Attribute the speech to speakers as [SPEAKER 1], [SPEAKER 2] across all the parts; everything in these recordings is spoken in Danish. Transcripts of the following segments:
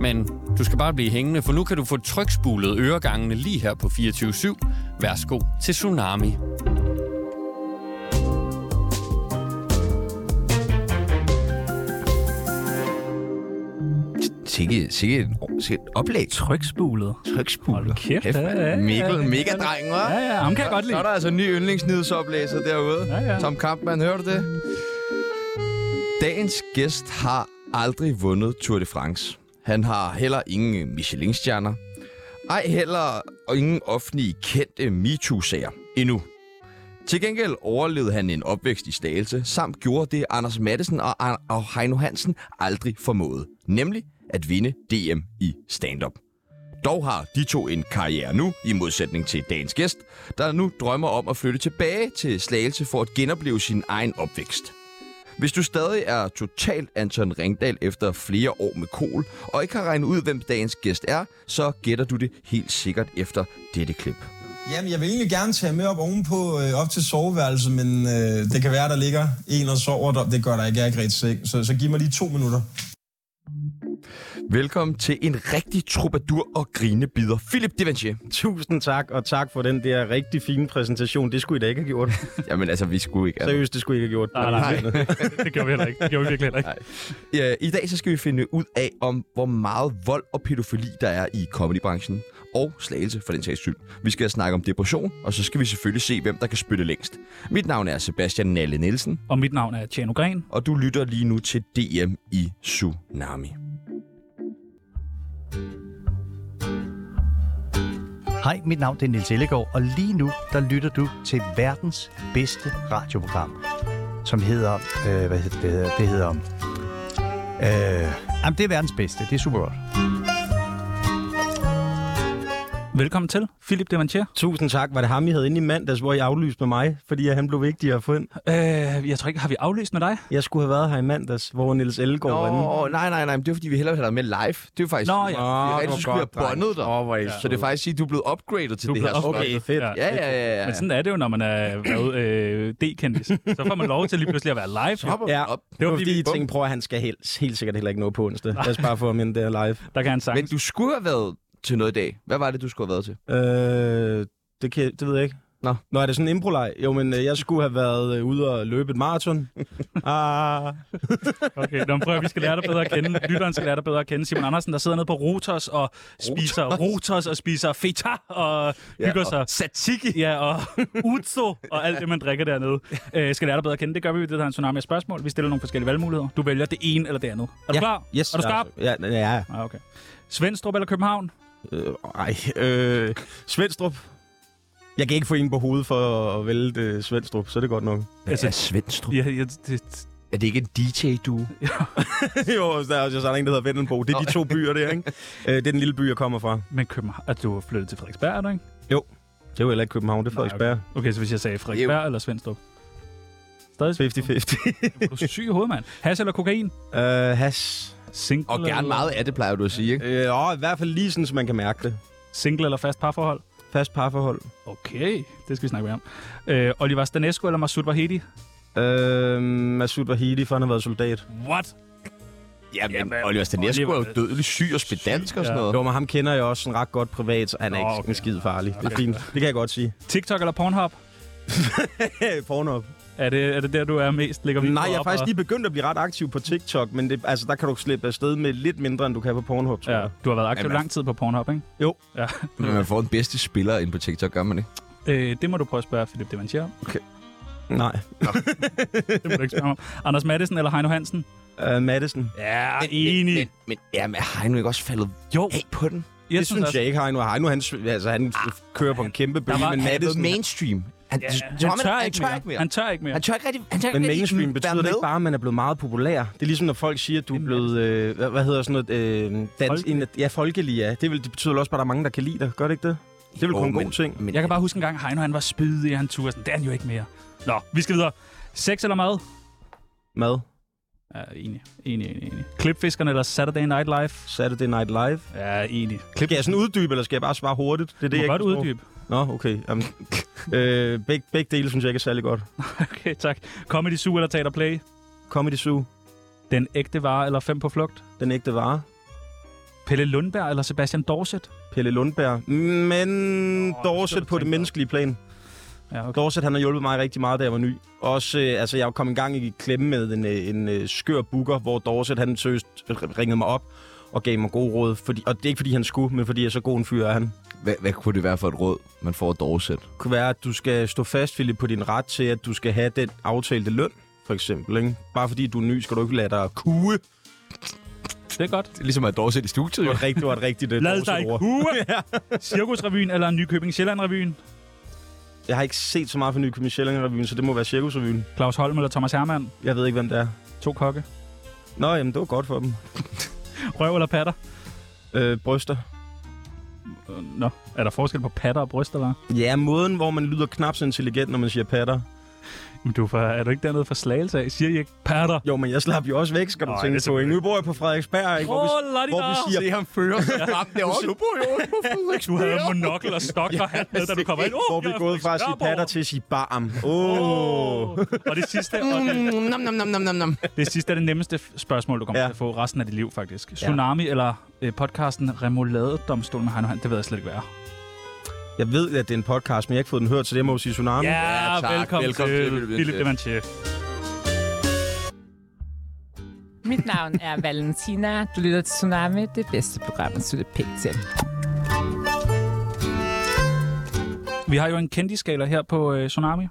[SPEAKER 1] Men du skal bare blive hængende, for nu kan du få trykspulet øregangene lige her på 24.7. Værsgo til Tsunami.
[SPEAKER 2] Sikke, sikke, et, sikke et oplæg.
[SPEAKER 3] Trykspulet.
[SPEAKER 2] Trykspuler.
[SPEAKER 3] Hold kæft,
[SPEAKER 2] Kæft,
[SPEAKER 3] ja,
[SPEAKER 2] mand.
[SPEAKER 3] ja, ja,
[SPEAKER 2] Mikkel,
[SPEAKER 3] ja,
[SPEAKER 2] mega
[SPEAKER 3] ja.
[SPEAKER 2] drengen, hva'?
[SPEAKER 3] Ja, ja, ham kan jeg godt
[SPEAKER 4] Så er
[SPEAKER 3] lide.
[SPEAKER 4] der altså en ny yndlingsnyhedsoplæser derude.
[SPEAKER 3] Ja, ja.
[SPEAKER 4] Tom Kampmann, hører du det?
[SPEAKER 2] Dagens gæst har aldrig vundet Tour de France. Han har heller ingen Michelin-stjerner. Ej heller og ingen offentlige kendte MeToo-sager endnu. Til gengæld overlevede han en opvækst i Stagelse, samt gjorde det Anders Madsen og, Ar- og Heino Hansen aldrig formåede, nemlig at vinde DM i stand-up. Dog har de to en karriere nu, i modsætning til dagens gæst, der nu drømmer om at flytte tilbage til Slagelse for at genopleve sin egen opvækst. Hvis du stadig er totalt Anton Ringdal efter flere år med kol, og ikke har regnet ud, hvem dagens gæst er, så gætter du det helt sikkert efter dette klip.
[SPEAKER 5] Jamen, jeg vil egentlig gerne tage med op ovenpå, øh, op til soveværelset, men øh, det kan være, der ligger en og sover der. Det gør der ikke, jeg er ikke rigtig seng. Så, så giv mig lige to minutter.
[SPEAKER 2] Velkommen til en rigtig troubadour og grinebider, Philip Devanchier.
[SPEAKER 6] Tusind tak, og tak for den der rigtig fine præsentation. Det skulle I da ikke have gjort.
[SPEAKER 2] Jamen altså, vi skulle ikke. Altså.
[SPEAKER 6] Seriøst, det skulle I ikke have gjort.
[SPEAKER 3] Nej, nej, det gjorde vi heller ikke. Det gjorde vi virkelig heller ikke.
[SPEAKER 2] Ja, Øh, I dag så skal vi finde ud af, om hvor meget vold og pædofili der er i comedybranchen. Og slagelse, for den sags skyld. Vi skal snakke om depression, og så skal vi selvfølgelig se, hvem der kan spytte længst. Mit navn er Sebastian Nalle Nielsen.
[SPEAKER 3] Og mit navn er Tjano Gren.
[SPEAKER 2] og du lytter lige nu til DM i Tsunami.
[SPEAKER 7] Hej, mit navn det er Nils Ellegaard, og lige nu der lytter du til verdens bedste radioprogram, som hedder, øh, hvad hedder det, hedder, det hedder, øh, jamen det er verdens bedste, det er super godt.
[SPEAKER 3] Velkommen til, Philip Devantier.
[SPEAKER 6] Tusind tak. Var det ham, I havde inde i mandags, hvor I aflyste med mig, fordi at han blev vigtigere at få ind?
[SPEAKER 3] Øh, jeg tror ikke, har vi aflæst med dig?
[SPEAKER 6] Jeg skulle have været her i mandags, hvor Niels Ellegaard var inde.
[SPEAKER 2] Nå, nej, nej, nej, men det er fordi, vi hellere vil have dig med live. Det er jo faktisk...
[SPEAKER 3] Nå,
[SPEAKER 2] det
[SPEAKER 3] ja.
[SPEAKER 2] er rigtig,
[SPEAKER 4] hvor
[SPEAKER 2] så skulle vi
[SPEAKER 4] godt,
[SPEAKER 2] have
[SPEAKER 4] dreng.
[SPEAKER 2] bondet dig.
[SPEAKER 4] Åh, hvor er I
[SPEAKER 2] så det er faktisk sige, at du er blevet upgradet til
[SPEAKER 3] Du
[SPEAKER 2] det
[SPEAKER 3] blev
[SPEAKER 2] her
[SPEAKER 3] upgradet.
[SPEAKER 2] slot.
[SPEAKER 6] Okay, fedt.
[SPEAKER 3] Ja.
[SPEAKER 2] Ja, ja, ja. ja.
[SPEAKER 3] Men sådan er det jo, når man er været øh, D-kendis. Så får man lov til lige pludselig at være live.
[SPEAKER 2] Så hopper vi
[SPEAKER 6] Ja.
[SPEAKER 2] op.
[SPEAKER 6] Det var
[SPEAKER 3] fordi,
[SPEAKER 6] fordi,
[SPEAKER 3] vi-
[SPEAKER 6] I tænkte, prøv at han skal helt, helt sikkert heller ikke nå på onsdag. Lad os bare få ham ind der live.
[SPEAKER 3] Der kan han sang.
[SPEAKER 2] Men du skulle have været til noget i dag. Hvad var det, du skulle have været til?
[SPEAKER 6] Øh, det, kan, det ved jeg ikke.
[SPEAKER 2] Nå.
[SPEAKER 6] Nå, er det sådan en improleg? Jo, men øh, jeg skulle have været øh, ude og løbe et maraton. ah,
[SPEAKER 3] Okay, nå, men prøv, at- vi skal lære dig bedre at kende. Lytteren skal lære dig bedre at kende. Simon Andersen, der sidder nede på Rotos og spiser Rotos, og spiser feta og hygger sig.
[SPEAKER 2] Satiki.
[SPEAKER 3] Ja, og uzo og alt det, man drikker dernede, øh, skal lære dig bedre at kende. Det gør vi ved det, der er en tsunami af spørgsmål. Vi stiller nogle forskellige valgmuligheder. Du vælger det ene eller det andet. Er du klar?
[SPEAKER 6] Yes,
[SPEAKER 3] er du skarp?
[SPEAKER 6] Ja, ja, ja.
[SPEAKER 3] Ah, okay. Svendstrup eller København?
[SPEAKER 6] Øh, ej, øh, Svendstrup. Jeg kan ikke få en på hovedet for at vælge øh, Svendstrup, så er det godt nok.
[SPEAKER 3] Altså,
[SPEAKER 2] Altså, Svendstrup.
[SPEAKER 3] ja, ja, det,
[SPEAKER 2] Er det ikke en DJ-duo?
[SPEAKER 6] jo, der er også der er en, der hedder Vendelbo. Det er de to byer der, ikke? Øh, det er den lille by, jeg kommer fra.
[SPEAKER 3] men København, at du er flyttet til Frederiksberg, er du ikke?
[SPEAKER 6] Det er jo heller ikke København, det er
[SPEAKER 3] Nej, okay.
[SPEAKER 6] Frederiksberg.
[SPEAKER 3] Okay, så hvis jeg sagde Frederiksberg eller Svendstrup. Stadig Svendstrup.
[SPEAKER 6] 50-50.
[SPEAKER 3] Er Du er syg i hovedet, mand. Has eller kokain?
[SPEAKER 6] øh, has.
[SPEAKER 3] Single,
[SPEAKER 2] Og gerne
[SPEAKER 3] eller-
[SPEAKER 2] meget af det, plejer du at sige, ikke?
[SPEAKER 6] Øh, åh, i hvert fald lige sådan, så man kan mærke det.
[SPEAKER 3] Single eller fast parforhold?
[SPEAKER 6] Fast parforhold.
[SPEAKER 3] Okay, det skal vi snakke mere om. Øh, Oliver Stanesco eller Masoud Vahedi?
[SPEAKER 6] Øh, Masoud Vahidi, for han har været soldat.
[SPEAKER 3] What?
[SPEAKER 2] Jamen, Oliver Stanesco er jo dødelig syg og spedalsk og sådan
[SPEAKER 3] Ja.
[SPEAKER 2] noget.
[SPEAKER 6] Jo, men ham kender jeg også sådan ret godt privat, så han er
[SPEAKER 3] Nå,
[SPEAKER 6] ikke
[SPEAKER 3] okay.
[SPEAKER 6] sådan skide farlig. Det
[SPEAKER 3] Okay.
[SPEAKER 6] er fint. Det kan jeg godt sige.
[SPEAKER 3] TikTok eller Pornhub?
[SPEAKER 6] Pornop.
[SPEAKER 3] Er det, er det der, du er mest? Ligger vi
[SPEAKER 6] Nej, jeg
[SPEAKER 3] op
[SPEAKER 6] er faktisk
[SPEAKER 3] og-
[SPEAKER 6] lige begyndt at blive ret aktiv på TikTok, men det, altså, der kan du slippe afsted med lidt mindre, end du kan på Pornhub, tror
[SPEAKER 3] Ja,
[SPEAKER 6] jeg.
[SPEAKER 3] du har været aktiv
[SPEAKER 2] Jamen,
[SPEAKER 3] lang tid på Pornhub, ikke?
[SPEAKER 2] Men man får den bedste spiller ind på TikTok, gør man ikke?
[SPEAKER 3] Øh, det må du prøve at spørge Philip Devantier om.
[SPEAKER 6] Nej.
[SPEAKER 3] Det må du ikke spørge ham om. Anders Madsen eller Heino Hansen?
[SPEAKER 6] Uh, Madison.
[SPEAKER 3] Ja,
[SPEAKER 2] Men, men, ja, men har han nu ikke også faldet
[SPEAKER 3] Jo,
[SPEAKER 2] af på den?
[SPEAKER 3] jeg
[SPEAKER 6] det synes
[SPEAKER 3] også-
[SPEAKER 6] jeg ikke, Heino. Heino, han, s- altså, han ah, kører på en kæmpe bølge,
[SPEAKER 3] var-
[SPEAKER 6] men
[SPEAKER 2] Han er blevet
[SPEAKER 6] Madison...
[SPEAKER 2] mainstream. Han,
[SPEAKER 3] Ja,
[SPEAKER 2] det-
[SPEAKER 3] han,
[SPEAKER 2] det- som om
[SPEAKER 3] tør ikke mere.
[SPEAKER 2] ikke mere.
[SPEAKER 3] Han tør ikke mere.
[SPEAKER 2] Han tør ikke rigtig, han tør
[SPEAKER 6] Men
[SPEAKER 2] ikke rigtig
[SPEAKER 6] mainstream
[SPEAKER 2] være
[SPEAKER 6] betyder det
[SPEAKER 2] med.
[SPEAKER 6] ikke bare, at man er blevet meget populær. Det er ligesom, når folk siger, at du er blevet... Øh, hvad, hvad hedder sådan noget? Øh, dans,
[SPEAKER 3] altså- Folkelig.
[SPEAKER 6] en, af- ja, folkelig, ja. Det, vil, det betyder vel også bare, at der er mange, der kan lide dig. Gør det ikke det? Det er vel
[SPEAKER 2] Jo,
[SPEAKER 6] kun en god
[SPEAKER 2] men-
[SPEAKER 6] ting.
[SPEAKER 2] Men,
[SPEAKER 3] Jeg kan bare huske en gang, Heino han var spydig, han turde sådan, det er han jo ikke mere. Nå, vi skal videre. Sex eller mad?
[SPEAKER 6] Mad.
[SPEAKER 3] Ja, enig, enig, enig, enig. Klipfiskerne eller Saturday Night Live?
[SPEAKER 6] Saturday Night Live.
[SPEAKER 3] Ja, enig.
[SPEAKER 6] Skal jeg sådan uddybe, eller skal jeg bare svare hurtigt? Det er
[SPEAKER 3] Det
[SPEAKER 6] det,
[SPEAKER 3] er
[SPEAKER 6] jeg
[SPEAKER 3] godt
[SPEAKER 6] ikke forstår.
[SPEAKER 3] uddybe.
[SPEAKER 6] Nå, okay. Jamen, øh, beg, begge dele synes jeg ikke er særlig godt.
[SPEAKER 3] Okay, tak. Comedy Zoo eller Teater Play?
[SPEAKER 6] Comedy Zoo,
[SPEAKER 3] Den ægte vare eller fem på flugt?
[SPEAKER 6] den ægte vare.
[SPEAKER 3] Pelle Lundberg eller Sebastian Dorset?
[SPEAKER 6] Pelle Lundberg. Men
[SPEAKER 3] Nå,
[SPEAKER 6] oh,
[SPEAKER 3] det skal du
[SPEAKER 6] Dorset på det
[SPEAKER 3] tænke
[SPEAKER 6] menneskelige plan.
[SPEAKER 3] Ja, okay.
[SPEAKER 6] Dorset, han har hjulpet mig rigtig meget, da jeg var ny. Også, øh, altså, jeg kom en gang i klemme med en, øh, en øh, skør booker, hvor Dorset, han seriøst ringede mig op og gav mig gode råd. Fordi, og det er ikke, fordi han skulle, men fordi jeg er så god en fyr er han.
[SPEAKER 2] Hvad, hvad kunne det være for et råd, man får af Dorset?
[SPEAKER 6] kunne være, at du skal stå fast, Philip, på din ret til, at du skal have den aftalte løn, for eksempel. Ikke? Bare fordi du er ny, skal du ikke lade dig kue. Det
[SPEAKER 3] Det er godt.
[SPEAKER 2] Det er ligesom at have Dorset i studiet.
[SPEAKER 6] var et rigtigt, det var et rigtigt øh,
[SPEAKER 3] Lad
[SPEAKER 6] dårligt
[SPEAKER 3] dig
[SPEAKER 6] ord.
[SPEAKER 3] kue! Cirkusrevyen eller Nykøbing Sjælland-revyen?
[SPEAKER 6] Jeg har ikke set så meget for ny Michelin-revyen, så det må være Cirkusrevyen.
[SPEAKER 3] Claus Holm eller Thomas Hermann?
[SPEAKER 6] Jeg ved ikke, hvem det er.
[SPEAKER 3] To kokke.
[SPEAKER 6] Nå, jamen, det var godt for dem.
[SPEAKER 3] Røv eller patter?
[SPEAKER 6] Øh, bryster.
[SPEAKER 3] Øh, Nå, er der forskel på patter og bryst, eller?
[SPEAKER 6] Ja, måden, hvor man lyder knap så intelligent, når man siger patter.
[SPEAKER 3] Jamen, du er, for, er du ikke dernede for slagelse af? Siger I ikke patter?
[SPEAKER 6] Jo, men jeg slap jo også væk, skal du
[SPEAKER 3] Nej, det
[SPEAKER 6] tænke
[SPEAKER 3] er
[SPEAKER 6] på. ikke? Nu bor jeg på Frederiksberg, ikke? Hvor, vi,
[SPEAKER 3] oh,
[SPEAKER 6] hvor vi siger...
[SPEAKER 2] Det ham fører. Ham derovre. Du bor jo på
[SPEAKER 3] Du havde monokkel og stok og hat med, da du kommer ind. Oh,
[SPEAKER 6] Hvor vi er gået fra at sige patter til at sige barm. Åh. Oh.
[SPEAKER 3] Oh. Og det sidste, og det,
[SPEAKER 2] Mm, nam, nam, nam, nam, nam, nam.
[SPEAKER 3] det sidste er det nemmeste f- spørgsmål, du kommer ja. til
[SPEAKER 6] Ja.
[SPEAKER 3] at få resten af dit liv, faktisk. Tsunami eller øh, podcasten Remoulade-domstolen med Heino Hand, det ved jeg slet ikke, hvad er.
[SPEAKER 6] Jeg ved, at det er en podcast, men jeg har ikke fået den hørt, så det må jo sige tsunami.
[SPEAKER 3] Ja,
[SPEAKER 2] tak.
[SPEAKER 3] velkommen,
[SPEAKER 2] Velkommen til
[SPEAKER 3] til
[SPEAKER 2] Philip
[SPEAKER 3] Philip Devanché.
[SPEAKER 8] Mit navn er Valentina. Du lytter til Tsunami, det bedste program, at slutte pænt til.
[SPEAKER 3] Vi har jo en kendiskala her på øh, Tsunami.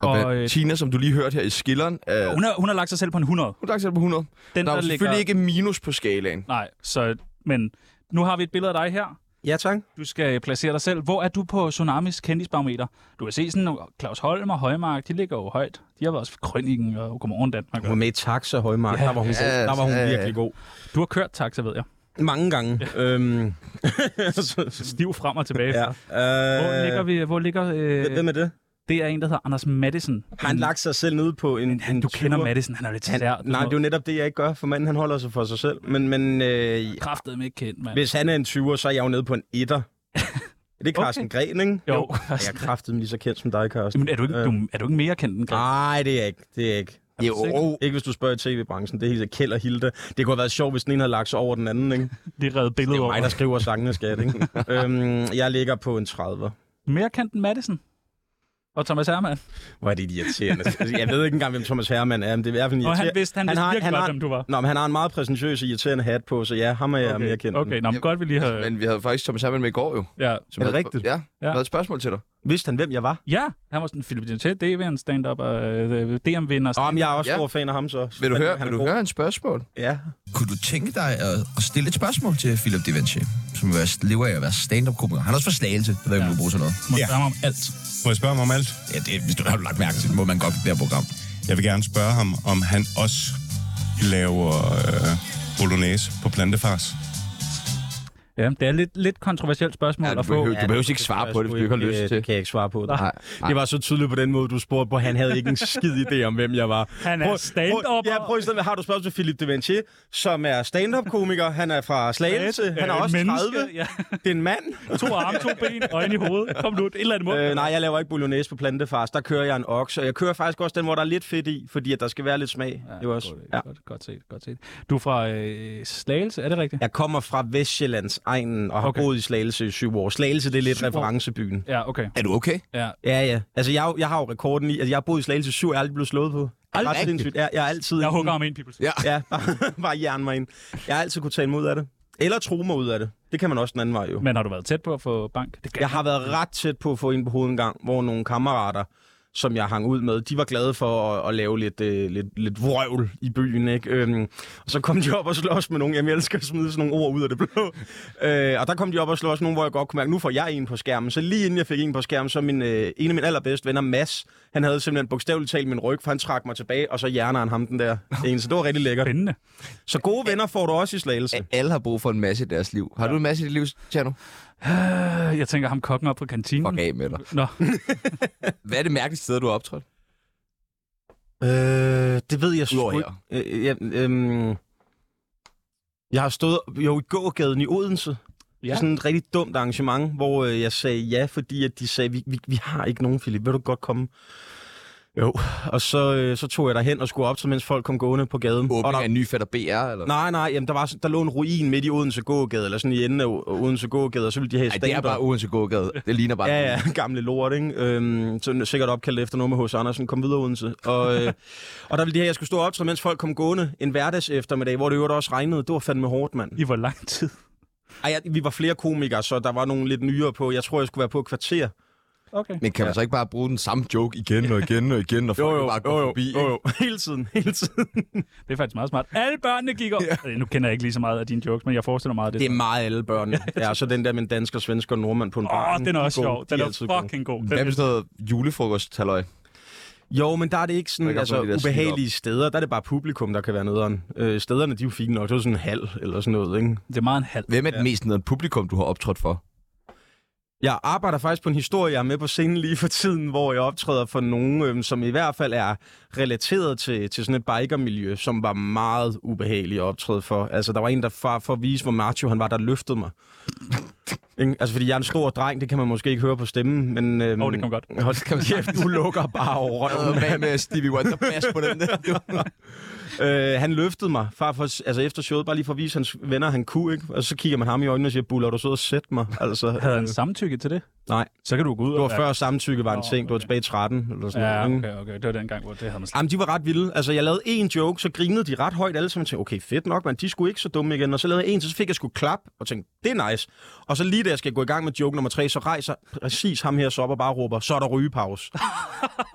[SPEAKER 2] Og,
[SPEAKER 3] Og, øh,
[SPEAKER 2] Tina, som du lige hørte her i skilleren, er...
[SPEAKER 3] Hun har, hun har lagt sig selv på en 100.
[SPEAKER 2] Hun er selv på 100.
[SPEAKER 3] Den,
[SPEAKER 2] Der er jo
[SPEAKER 3] der ligger...
[SPEAKER 2] selvfølgelig ikke minus på skalaen.
[SPEAKER 3] Nej, så, men nu har vi et billede af dig her.
[SPEAKER 6] Ja, tak.
[SPEAKER 3] Du skal øh, placere dig selv. Hvor er du på Tsunamis kendisbarometer? Du kan se sådan, at Claus Holm og Højmark, de ligger jo højt. De har været også Krønningen og Godmorgen Danmark.
[SPEAKER 6] Hun var med i Taxa Højmark.
[SPEAKER 3] Ja.
[SPEAKER 6] Ja, der var hun,
[SPEAKER 2] Ja,
[SPEAKER 6] ja, der var hun
[SPEAKER 2] ja, ja.
[SPEAKER 6] ja, virkelig god.
[SPEAKER 3] Du har kørt taxa, ved jeg.
[SPEAKER 6] Mange gange. øhm, så-
[SPEAKER 3] Stiv frem og tilbage.
[SPEAKER 6] ja.
[SPEAKER 3] ja. Hvor ligger vi? Hvor ligger...
[SPEAKER 6] Øh,
[SPEAKER 3] Øh,
[SPEAKER 6] Hvem er det?
[SPEAKER 3] det er en, der hedder Anders Madison.
[SPEAKER 6] Har han lagt sig selv nede på en...
[SPEAKER 3] Han,
[SPEAKER 6] en
[SPEAKER 3] du kender
[SPEAKER 6] tyver?
[SPEAKER 3] Madison, han er lidt
[SPEAKER 6] Han,
[SPEAKER 3] sær. Altså, du
[SPEAKER 6] nej,
[SPEAKER 3] ved.
[SPEAKER 6] det er jo netop det, jeg ikke gør, for manden han holder sig for sig selv. Men, men øh,
[SPEAKER 3] kraftedeme ikke kendt, mand.
[SPEAKER 6] hvis han er en 20'er, så er jeg jo nede på en 1'er. Er det Carsten okay. Gren, ikke?
[SPEAKER 3] Jo.
[SPEAKER 6] Jeg er kraftet lige så kendt som dig,
[SPEAKER 3] Jamen,
[SPEAKER 6] Carsten. Øh,
[SPEAKER 3] er du ikke, du, er du ikke mere kendt end Greg?
[SPEAKER 6] Nej, det er jeg ikke. Det er jeg ikke.
[SPEAKER 2] Jo,
[SPEAKER 6] Ikke hvis du spørger i tv-branchen. Det er helt Kjeld og Hilda. Det kunne have været sjovt, hvis den ene havde lagt sig over den anden, ikke?
[SPEAKER 3] Det er reddet
[SPEAKER 6] Det
[SPEAKER 3] billedet
[SPEAKER 6] er jo
[SPEAKER 3] over.
[SPEAKER 6] mig, der skriver sangene, skat, ikke? øhm, jeg ligger på en 30.
[SPEAKER 3] Mere kendt end Madison. Og Thomas Hermann.
[SPEAKER 6] Hvor er det irriterende. Altså, Jeg ved ikke engang, hvem Thomas Hermann er, men det er i hvert fald en
[SPEAKER 3] Og han
[SPEAKER 6] irriterende-
[SPEAKER 3] vidste, han, vidste
[SPEAKER 6] har-
[SPEAKER 3] virkelig
[SPEAKER 6] han
[SPEAKER 3] godt,
[SPEAKER 6] har-
[SPEAKER 3] hvem du var.
[SPEAKER 6] Nå, men han har en meget præsentøs og irriterende hat på, så ja, ham er jeg mere kendt.
[SPEAKER 3] okay, nå, men
[SPEAKER 2] Jamen,
[SPEAKER 3] godt vi lige har...
[SPEAKER 2] Men vi havde faktisk Thomas Hermann med i går jo.
[SPEAKER 3] Ja,
[SPEAKER 2] Som
[SPEAKER 6] Er det
[SPEAKER 2] havde-
[SPEAKER 6] rigtigt?
[SPEAKER 2] Ja.
[SPEAKER 3] Ja.
[SPEAKER 2] Jeg havde et spørgsmål til dig.
[SPEAKER 6] Vidste han, hvem jeg var?
[SPEAKER 3] ja han var sådan, Philip Dintel, DV'en stand-up, og øh, DM-vinder.
[SPEAKER 6] Nå, men jeg er også
[SPEAKER 2] Ja.
[SPEAKER 6] stor fan af ham, så.
[SPEAKER 2] Vil du
[SPEAKER 6] Han-
[SPEAKER 2] høre,
[SPEAKER 6] han er
[SPEAKER 2] vil du
[SPEAKER 6] god.
[SPEAKER 2] høre hans spørgsmål?
[SPEAKER 6] Ja.
[SPEAKER 9] Kunne du tænke dig at, at stille et spørgsmål til Philip DeVinci, som jo er- lever af at være stand-up-komiker? Han er også fra Slagelse, det ved jeg, om du bruger sådan noget.
[SPEAKER 3] Må jeg spørge mig om alt.
[SPEAKER 10] Må jeg spørge ham om alt?
[SPEAKER 9] Ja, det, hvis du har du lagt mærke til, det må man godt i det her program.
[SPEAKER 10] Jeg vil gerne spørge ham, om han også laver øh, bolognese på plantefars.
[SPEAKER 3] Ja, det er lidt, lidt kontroversielt spørgsmål
[SPEAKER 2] Ja,
[SPEAKER 3] at
[SPEAKER 2] du
[SPEAKER 3] få.
[SPEAKER 2] behøver, du behøver ikke svare på det, hvis du ikke har lyst
[SPEAKER 6] Øh,
[SPEAKER 2] til.
[SPEAKER 6] Det kan jeg ikke svare på.
[SPEAKER 2] Nej, nej.
[SPEAKER 6] Det var så tydeligt på den måde, du spurgte på. Han havde ikke en skid idé om, hvem jeg var.
[SPEAKER 3] Han er
[SPEAKER 6] Prøv-
[SPEAKER 3] stand-upper.
[SPEAKER 6] prøv- Ja, prøv i stedet. Har du spørgsmål til Philip Devanché, som er stand-up-komiker. Han er fra Slagelse. Han er
[SPEAKER 3] Øh,
[SPEAKER 6] også
[SPEAKER 3] menneske,
[SPEAKER 6] 30.
[SPEAKER 3] Ja.
[SPEAKER 6] Det er en mand.
[SPEAKER 3] To arme, to ben, øjne i hovedet. Kom nu, et eller andet mund.
[SPEAKER 6] Øh, nej, jeg laver ikke bolognese på plantefars. Der kører jeg en okse, og jeg kører faktisk også den, hvor der er lidt fedt i, fordi at der skal være lidt smag. Ja, jo også.
[SPEAKER 3] Godt,
[SPEAKER 6] Ja.
[SPEAKER 3] godt, godt set, godt set. Du er fra øh, Slagelse, er det rigtigt?
[SPEAKER 6] Jeg kommer fra Vestjyllands egnen og har
[SPEAKER 3] Okay.
[SPEAKER 6] okay. boet i Slagelse i syv år. Slagelse, det er lidt
[SPEAKER 3] Syv år.
[SPEAKER 6] referencebyen.
[SPEAKER 3] Ja, okay.
[SPEAKER 2] Er du okay?
[SPEAKER 3] Ja.
[SPEAKER 6] Ja, ja. Altså, jeg, er jo- jeg har jo rekorden i, at jeg har boet i Slagelse i syv år, jeg er aldrig blevet slået på. Aldrig?
[SPEAKER 2] rigtigt?
[SPEAKER 6] sindssygt. Ja, jeg er altid...
[SPEAKER 3] Jeg hugger om ind, people.
[SPEAKER 2] Ja.
[SPEAKER 6] Ja, bare, bare jern mig ind. Jeg har altid kunne tage mig ud af det. Eller tro mig ud af det. Det kan man også den anden vej jo.
[SPEAKER 3] Men har du været tæt på at få bank? Det kan
[SPEAKER 6] Jeg har været ret tæt på at få en på hovedet en gang, hvor nogle kammerater, som jeg hang ud med, de var glade for at, at lave lidt, øh, lidt, lidt vrøvl i byen. Ikke? Øhm, og så kom de op og slås med nogle. Jamen, jeg elsker at smide sådan nogle ord ud af det blå. Øh, og der kom de op og slås med nogle, hvor jeg godt kunne mærke, nu får jeg en på skærmen. Så lige inden jeg fik en på skærmen, så min, øh, en af mine allerbedste venner, Mads, han havde simpelthen bogstaveligt talt min ryg, for han trak mig tilbage, og så hjerner han ham den der. En, så det var rigtig lækkert.
[SPEAKER 3] Spændende.
[SPEAKER 6] Så gode venner får du også i slagelse.
[SPEAKER 2] Alle har brug for en masse i deres liv. Har du en masse i dit liv, Tjerno?
[SPEAKER 3] Øh, Jeg tænker ham kokken op på kantinen.
[SPEAKER 2] Fuck af med dig.
[SPEAKER 3] Nå,
[SPEAKER 2] Hvad er det mærkeligste sted, du har optrådt?
[SPEAKER 6] Øh, det ved jeg sgu
[SPEAKER 2] Udover
[SPEAKER 6] ikke. Øh, ja, øhm, jeg har stået jo i gågaden i Odense.
[SPEAKER 3] Ja.
[SPEAKER 6] Ja. Sådan et rigtig dumt arrangement, hvor øh, jeg sagde ja, fordi at de sagde, vi, vi, vi har ikke nogen, Philip. Vil du godt komme? Jo, og så, øh, så tog jeg derhen og skulle op, så mens folk kom gående på gaden. og
[SPEAKER 2] Åbning
[SPEAKER 6] der,
[SPEAKER 2] af en ny fætter BR, eller?
[SPEAKER 6] Nej, nej, jamen, der, var, sådan- der lå en ruin midt i Odense Gågade, eller sådan i enden af O- Odense Gågade, og så ville de have
[SPEAKER 2] Ej, det er
[SPEAKER 6] stand-up.
[SPEAKER 2] bare Odense Gågade. Det ligner bare...
[SPEAKER 6] Ja, ja, gamle lort, ikke? Øhm, så sikkert opkaldt efter noget med H.C. Andersen, kom videre Odense. Og, øh, og der ville det her, jeg skulle stå og optræde, mens folk kom gående en hverdags eftermiddag, hvor det jo også regnede. Det var fandme hårdt, mand.
[SPEAKER 3] I hvor lang tid?
[SPEAKER 6] Ej, jeg, vi var flere komikere, så der var nogle lidt nyere på. Jeg tror, jeg skulle være på et kvarter.
[SPEAKER 3] Okay.
[SPEAKER 2] Men kan man så ikke bare bruge den samme joke igen og igen og igen, og folk bare går forbi? ikke?
[SPEAKER 6] hele tiden, hele tiden.
[SPEAKER 3] Det er faktisk meget smart. Alle børnene gik op. Ja. Nu kender jeg ikke lige så meget af dine jokes, men jeg forestiller mig meget, det.
[SPEAKER 6] Det er meget alle børn. ja, og så den der med en dansker, svensker og nordmand på en
[SPEAKER 3] Åh,
[SPEAKER 6] bar.
[SPEAKER 3] oh, den er også
[SPEAKER 6] De gode.
[SPEAKER 3] sjov.
[SPEAKER 6] De
[SPEAKER 3] Den er
[SPEAKER 6] altid gode.
[SPEAKER 3] fucking god. Den
[SPEAKER 2] Hvad med sådan noget julefrokost, halløj?
[SPEAKER 6] Jo, men der er det ikke sådan
[SPEAKER 2] Hvad gør
[SPEAKER 6] altså,
[SPEAKER 2] sådan de der
[SPEAKER 6] ubehagelige steder. Der er det bare publikum, der kan være nederen. Øh, stederne, de er jo fine nok. Det var sådan en halv eller sådan noget, ikke?
[SPEAKER 3] Det er meget en halv.
[SPEAKER 2] Hvem er det mest nederen publikum, du har optrådt for?
[SPEAKER 6] Jeg arbejder faktisk på en historie, jeg er med på scenen lige for tiden, hvor jeg optræder for nogen, øhm, som i hvert fald er relateret til, til sådan et bikermiljø, som var meget ubehagelig at optræde for. Altså, der var en, der for, for at vise, hvor macho han var, der løftede mig. Ikke? altså, fordi jeg er en stor dreng, det kan man måske ikke høre på stemmen, men... Øhm,
[SPEAKER 3] Åh, det kom godt.
[SPEAKER 6] Hold kæft, du lukker bare over røven.
[SPEAKER 2] Hvad med Stevie Wonder Bass på den der?
[SPEAKER 6] Øh, han løftede mig, far for, altså efter showet, bare lige for at vise hans venner, han kunne, ikke? Og så kigger man ham i øjnene og siger, Buller, er du så og sæt mig? Altså,
[SPEAKER 3] Havde han samtykke til det?
[SPEAKER 6] Nej.
[SPEAKER 3] Så kan du gå ud
[SPEAKER 6] det var
[SPEAKER 3] og...
[SPEAKER 6] før samtykke var en
[SPEAKER 3] Nå,
[SPEAKER 6] ting, det var
[SPEAKER 3] okay.
[SPEAKER 6] tilbage i 13, eller sådan
[SPEAKER 3] Ja,
[SPEAKER 6] noget. ikke?
[SPEAKER 3] okay, okay. Det var den gang, hvor det havde man slet-
[SPEAKER 6] Jamen, de var ret vilde. Altså, jeg lavede en joke, så grinede de ret højt alle sammen. Jeg tænkte, okay, fedt nok, men de skulle ikke så dumme igen. Og så lavede jeg en, så fik jeg sgu klap, og tænkte, det er nice. Og så lige da jeg skal gå i gang med joke nummer tre, så rejser præcis ham her så op og bare råber, så er der rygepause.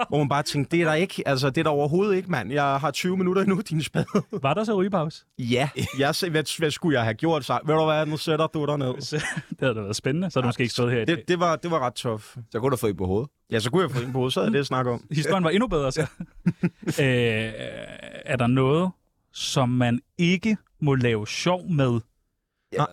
[SPEAKER 6] Hvor man bare tænkte, det er der ikke, altså det er der overhovedet ikke, mand. Jeg har 20 minutter endnu, din spade.
[SPEAKER 3] Var der så rygepause?
[SPEAKER 6] Ja, jeg se, hvad, hvad, skulle jeg have gjort? Så, ved du hvad, nu sætter du dig ned.
[SPEAKER 3] Det havde da været spændende. Så havde du måske ikke stået her i dag.
[SPEAKER 6] Det, det, var, det var ret tof.
[SPEAKER 2] Så kunne du få i på hovedet.
[SPEAKER 6] Ja, så kunne jeg få en på hovedet, så havde jeg det at snakke om.
[SPEAKER 3] Historien var endnu bedre, så. øh, er der noget, som man ikke må lave sjov med?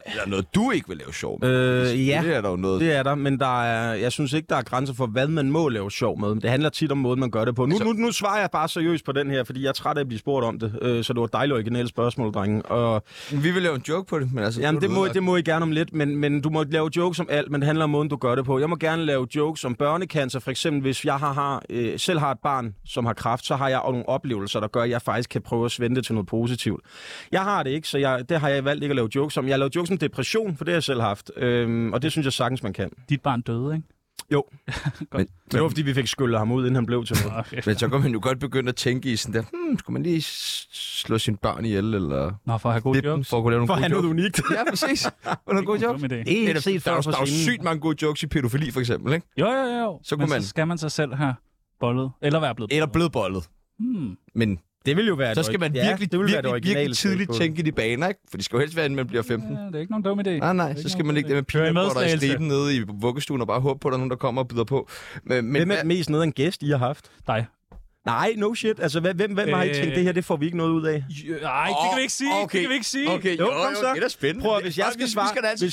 [SPEAKER 2] Eller noget, du ikke vil lave sjov med.
[SPEAKER 6] Øh, ja.
[SPEAKER 2] Det er der jo noget.
[SPEAKER 6] Det er der, men der er, jeg synes ikke, der er grænser for, hvad man må lave sjov med. Det handler tit om måden, man gør det på. Nu, altså... nu, nu svarer jeg bare seriøst på den her, fordi jeg er træt af at blive spurgt om det. Øh, så det var et dejligt originalt spørgsmål, drenge. Og,
[SPEAKER 2] Vi vil lave en joke på det, men altså...
[SPEAKER 6] jamen,
[SPEAKER 2] nu er
[SPEAKER 6] det må,
[SPEAKER 2] ødelagt.
[SPEAKER 6] det må I gerne om lidt, men, men du må lave jokes om alt, men det handler om måden, du gør det på. Jeg må gerne lave jokes om børnecancer. For eksempel, hvis jeg har, har, øh, selv har et barn, som har kræft, så har jeg nogle oplevelser, der gør, at jeg faktisk kan prøve at svende det til noget positivt. Jeg har det ikke, så jeg, det har jeg valgt ikke at lave jokes om. Jeg har lavet jokes om depression, for det har jeg selv haft. Øhm, og det synes jeg sagtens, man kan.
[SPEAKER 3] Dit barn døde, ikke?
[SPEAKER 6] Jo.
[SPEAKER 3] Godt.
[SPEAKER 6] Men det var, fordi vi fik skyllet ham ud, inden han blev til noget.
[SPEAKER 3] Okay.
[SPEAKER 2] Men så kan man jo godt begynde at tænke i sådan der, hmm, skulle man lige s- slå sine børn ihjel, eller...
[SPEAKER 3] Nå, for at have gode
[SPEAKER 2] Det
[SPEAKER 3] jokes.
[SPEAKER 2] for at kunne lave
[SPEAKER 6] For
[SPEAKER 2] nogle
[SPEAKER 6] han
[SPEAKER 2] gode
[SPEAKER 6] noget
[SPEAKER 2] jokes.
[SPEAKER 6] unikt.
[SPEAKER 2] Ja, præcis. Og nogle gode
[SPEAKER 3] Det er en
[SPEAKER 2] jokes.
[SPEAKER 3] dum idé.
[SPEAKER 2] Det er da-
[SPEAKER 6] set
[SPEAKER 2] Der er, jo-
[SPEAKER 6] før
[SPEAKER 2] der er jo
[SPEAKER 6] på scenen.
[SPEAKER 2] sygt mange gode jokes i pædofili, for eksempel, ikke?
[SPEAKER 3] Jo, jo, jo.
[SPEAKER 2] E- Så
[SPEAKER 3] Men
[SPEAKER 2] kunne man-
[SPEAKER 3] så skal man sig selv have bollet. Eller være blevet
[SPEAKER 2] Eller blødbollet.
[SPEAKER 3] Hmm.
[SPEAKER 2] Men
[SPEAKER 6] Det vil jo være
[SPEAKER 2] så skal man virkelig,
[SPEAKER 6] det vil
[SPEAKER 2] virkelig,
[SPEAKER 6] være det
[SPEAKER 2] virkelig,
[SPEAKER 6] originale
[SPEAKER 2] virkelig tidligt tænke i de baner, ikke? For det skal jo helst være, inden man bliver 15.
[SPEAKER 3] Ja, det er ikke nogen dum idé.
[SPEAKER 2] Nej, nej,
[SPEAKER 3] er
[SPEAKER 2] så skal
[SPEAKER 3] nogen
[SPEAKER 2] man ligge der
[SPEAKER 3] god
[SPEAKER 2] med
[SPEAKER 3] idé. Kører i
[SPEAKER 2] pinakårder i
[SPEAKER 3] medslagelse.
[SPEAKER 2] striben nede i vuggestuen og bare håbe på, at der er nogen, der kommer og byder på. Men, men
[SPEAKER 6] Hvem er
[SPEAKER 2] hvad-
[SPEAKER 6] den mest nede en gæst, I har haft?
[SPEAKER 3] Dig.
[SPEAKER 6] Nej, no shit. Altså, hvem, hvem, hvem har I
[SPEAKER 3] Øh.
[SPEAKER 6] tænkt, det her, det får vi ikke noget ud af?
[SPEAKER 3] Nej, det kan vi ikke sige.
[SPEAKER 2] Okay.
[SPEAKER 3] Det kan vi ikke sige.
[SPEAKER 2] Okay, jo,
[SPEAKER 6] Jo,
[SPEAKER 2] jo,
[SPEAKER 6] kom så.
[SPEAKER 2] jo, det er da spændende.
[SPEAKER 6] Prøv at- hvis jeg skal svare- hvis jeg skal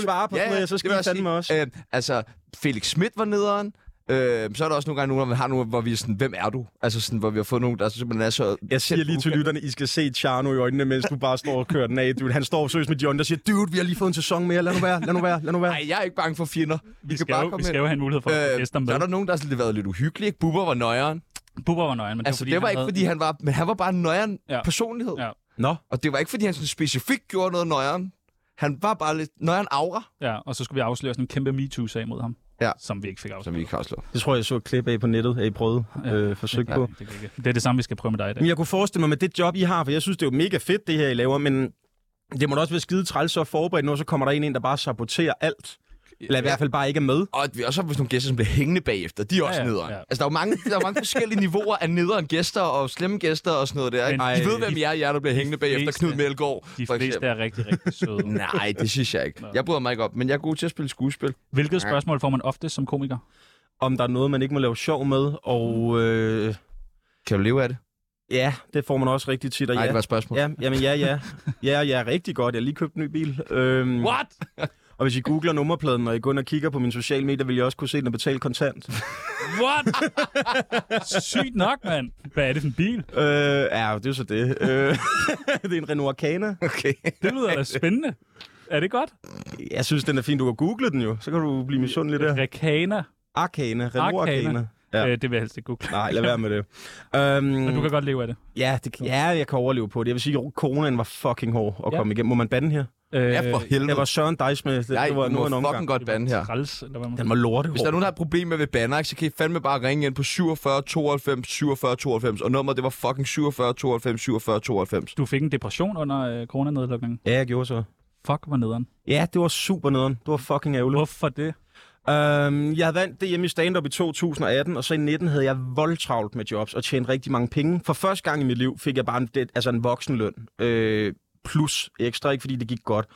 [SPEAKER 6] svare på sådan noget, så skal I fandme også.
[SPEAKER 2] Øh, altså, Felix Schmidt var nederen. Øh, så er der også nogle gange nogen, der har nogle, hvor vi er sådan, hvem er du? Altså sådan, hvor vi har fået nogen, der simpelthen er så...
[SPEAKER 6] Jeg siger lige til lytterne, I skal se Tjerno i øjnene, mens du bare står og kører den af. Dude, han står seriøst med John, der siger, dude, vi har lige fået en sæson mere. Lad nu være, lad nu være, lad nu være.
[SPEAKER 2] Nej, jeg er ikke bange for fjender.
[SPEAKER 3] Vi skal, jo, vi skal jo have en mulighed for at
[SPEAKER 2] Øh,
[SPEAKER 3] gæste
[SPEAKER 2] så
[SPEAKER 3] dem
[SPEAKER 2] er
[SPEAKER 3] med.
[SPEAKER 2] der nogen, der har sådan været lidt uhyggelige. Ikke? Bubber var nøjeren.
[SPEAKER 3] Bubber var nøgen, men
[SPEAKER 2] Altså,
[SPEAKER 3] det var, fordi
[SPEAKER 2] det var
[SPEAKER 3] han
[SPEAKER 2] ikke, fordi han var... Men han var bare en nøjeren
[SPEAKER 3] Ja.
[SPEAKER 2] personlighed.
[SPEAKER 3] Ja.
[SPEAKER 6] Nå.
[SPEAKER 2] Og det var ikke, fordi han sådan specifikt gjorde noget nøjeren. Han var bare lidt nøjeren aura,
[SPEAKER 3] Ja, og så skulle vi afsløre sådan en kæmpe MeToo-sag mod ham.
[SPEAKER 2] Ja.
[SPEAKER 3] Som vi ikke fik afsløret.
[SPEAKER 2] som vi ikke har slået.
[SPEAKER 6] Det tror jeg, jeg så et klip af på nettet, at I prøvede øh, forsøg
[SPEAKER 3] Ja,
[SPEAKER 6] på.
[SPEAKER 3] det, kan ikke. det er det samme, vi skal prøve med dig i dag.
[SPEAKER 6] Men jeg kunne forestille mig med det job, I har, for jeg synes, det er jo mega fedt, det her, I laver, men det må da også være skide træls at forberede nu, og så kommer der en ind, der bare saboterer alt. Eller i hvert fald bare ikke er med.
[SPEAKER 2] Og at vi også har haft nogle gæster, som bliver hængende bagefter. De er også ja,
[SPEAKER 3] Ja, ja,
[SPEAKER 2] ja, nederen.
[SPEAKER 3] ja.
[SPEAKER 2] Ja. Altså, der er jo mange, der er mange forskellige niveauer af nederen gæster og slemme gæster og sådan noget der. Ikke?
[SPEAKER 3] Men-
[SPEAKER 2] I ved, hvem
[SPEAKER 3] de-
[SPEAKER 2] I er, jer, der bliver hængende bagefter.
[SPEAKER 3] fleste-
[SPEAKER 2] Knud Melgaard,
[SPEAKER 3] De
[SPEAKER 2] for
[SPEAKER 3] fleste
[SPEAKER 2] eksempel.
[SPEAKER 3] er rigtig, rigtig søde.
[SPEAKER 2] Nej, det synes jeg ikke. Jeg bryder mig ikke op, men jeg er god til at spille skuespil.
[SPEAKER 3] Hvilket spørgsmål får man ofte som komiker?
[SPEAKER 6] om der er noget, man ikke må lave sjov med,
[SPEAKER 2] Mm.
[SPEAKER 6] og øh,
[SPEAKER 2] Kan du leve af det?
[SPEAKER 6] ja, det får man også rigtig tit, og
[SPEAKER 2] Nej,
[SPEAKER 6] ja.
[SPEAKER 2] det var et spørgsmål.
[SPEAKER 6] Ja, jamen ja, ja. Ja, jeg er rigtig godt. Jeg har lige købt en ny bil. Øhm,
[SPEAKER 3] What?
[SPEAKER 6] Og hvis I googler nummerpladen, og I går ind og kigger på mine sociale medier, vil I også kunne se den er betalt kontant.
[SPEAKER 3] What? Sygt nok, mand. Hvad er det for en bil?
[SPEAKER 6] øh, ja, det er jo så det. Øh, det er en Renault Arcana.
[SPEAKER 2] Okay.
[SPEAKER 3] Det lyder da spændende. Er det godt?
[SPEAKER 6] Jeg synes, den er fin. Du kan google den jo. Så kan du blive misundelig der.
[SPEAKER 3] Rekana.
[SPEAKER 6] Arcana. Renault Arcana.
[SPEAKER 3] Arcana.
[SPEAKER 6] Ja.
[SPEAKER 3] Ja. Øh, det vil jeg helst ikke google.
[SPEAKER 6] Nej, lad være med det. Øhm,
[SPEAKER 3] Men du kan godt leve af det.
[SPEAKER 6] Ja, det, ja, jeg kan overleve på det. Jeg vil sige, at coronaen var fucking hård at
[SPEAKER 3] Ja.
[SPEAKER 6] komme igennem. Må man bande her?
[SPEAKER 3] Øh,
[SPEAKER 2] Ja, for helvede.
[SPEAKER 6] Jeg var Søren Deis med. Det,
[SPEAKER 2] Nej,
[SPEAKER 6] det
[SPEAKER 2] du
[SPEAKER 6] var
[SPEAKER 2] må
[SPEAKER 6] nu en
[SPEAKER 2] fucking
[SPEAKER 6] omgang.
[SPEAKER 2] godt bande her.
[SPEAKER 3] Træls, eller hvad man
[SPEAKER 6] Den var lortehård.
[SPEAKER 2] Hvis der er nogen, der har problemer ved banner, så kan I fandme bare ringe ind på 47 92 47 92. Og nummeret, det var fucking 47 92 47 92.
[SPEAKER 3] Du fik en depression under øh, coronanedlukningen.
[SPEAKER 6] Ja, jeg gjorde så.
[SPEAKER 3] Fuck, hvor nederen.
[SPEAKER 6] Ja, det var super nederen. Det var fucking ærgerligt.
[SPEAKER 3] Hvorfor det?
[SPEAKER 6] Øhm, jeg vandt det hjemme i stand-up i 2018, og så i 19 havde jeg voldtravlt med jobs og tjente rigtig mange penge. For første gang i mit liv fik jeg bare en, det, altså en voksenløn. Øh, plus ekstra, ikke fordi det gik godt.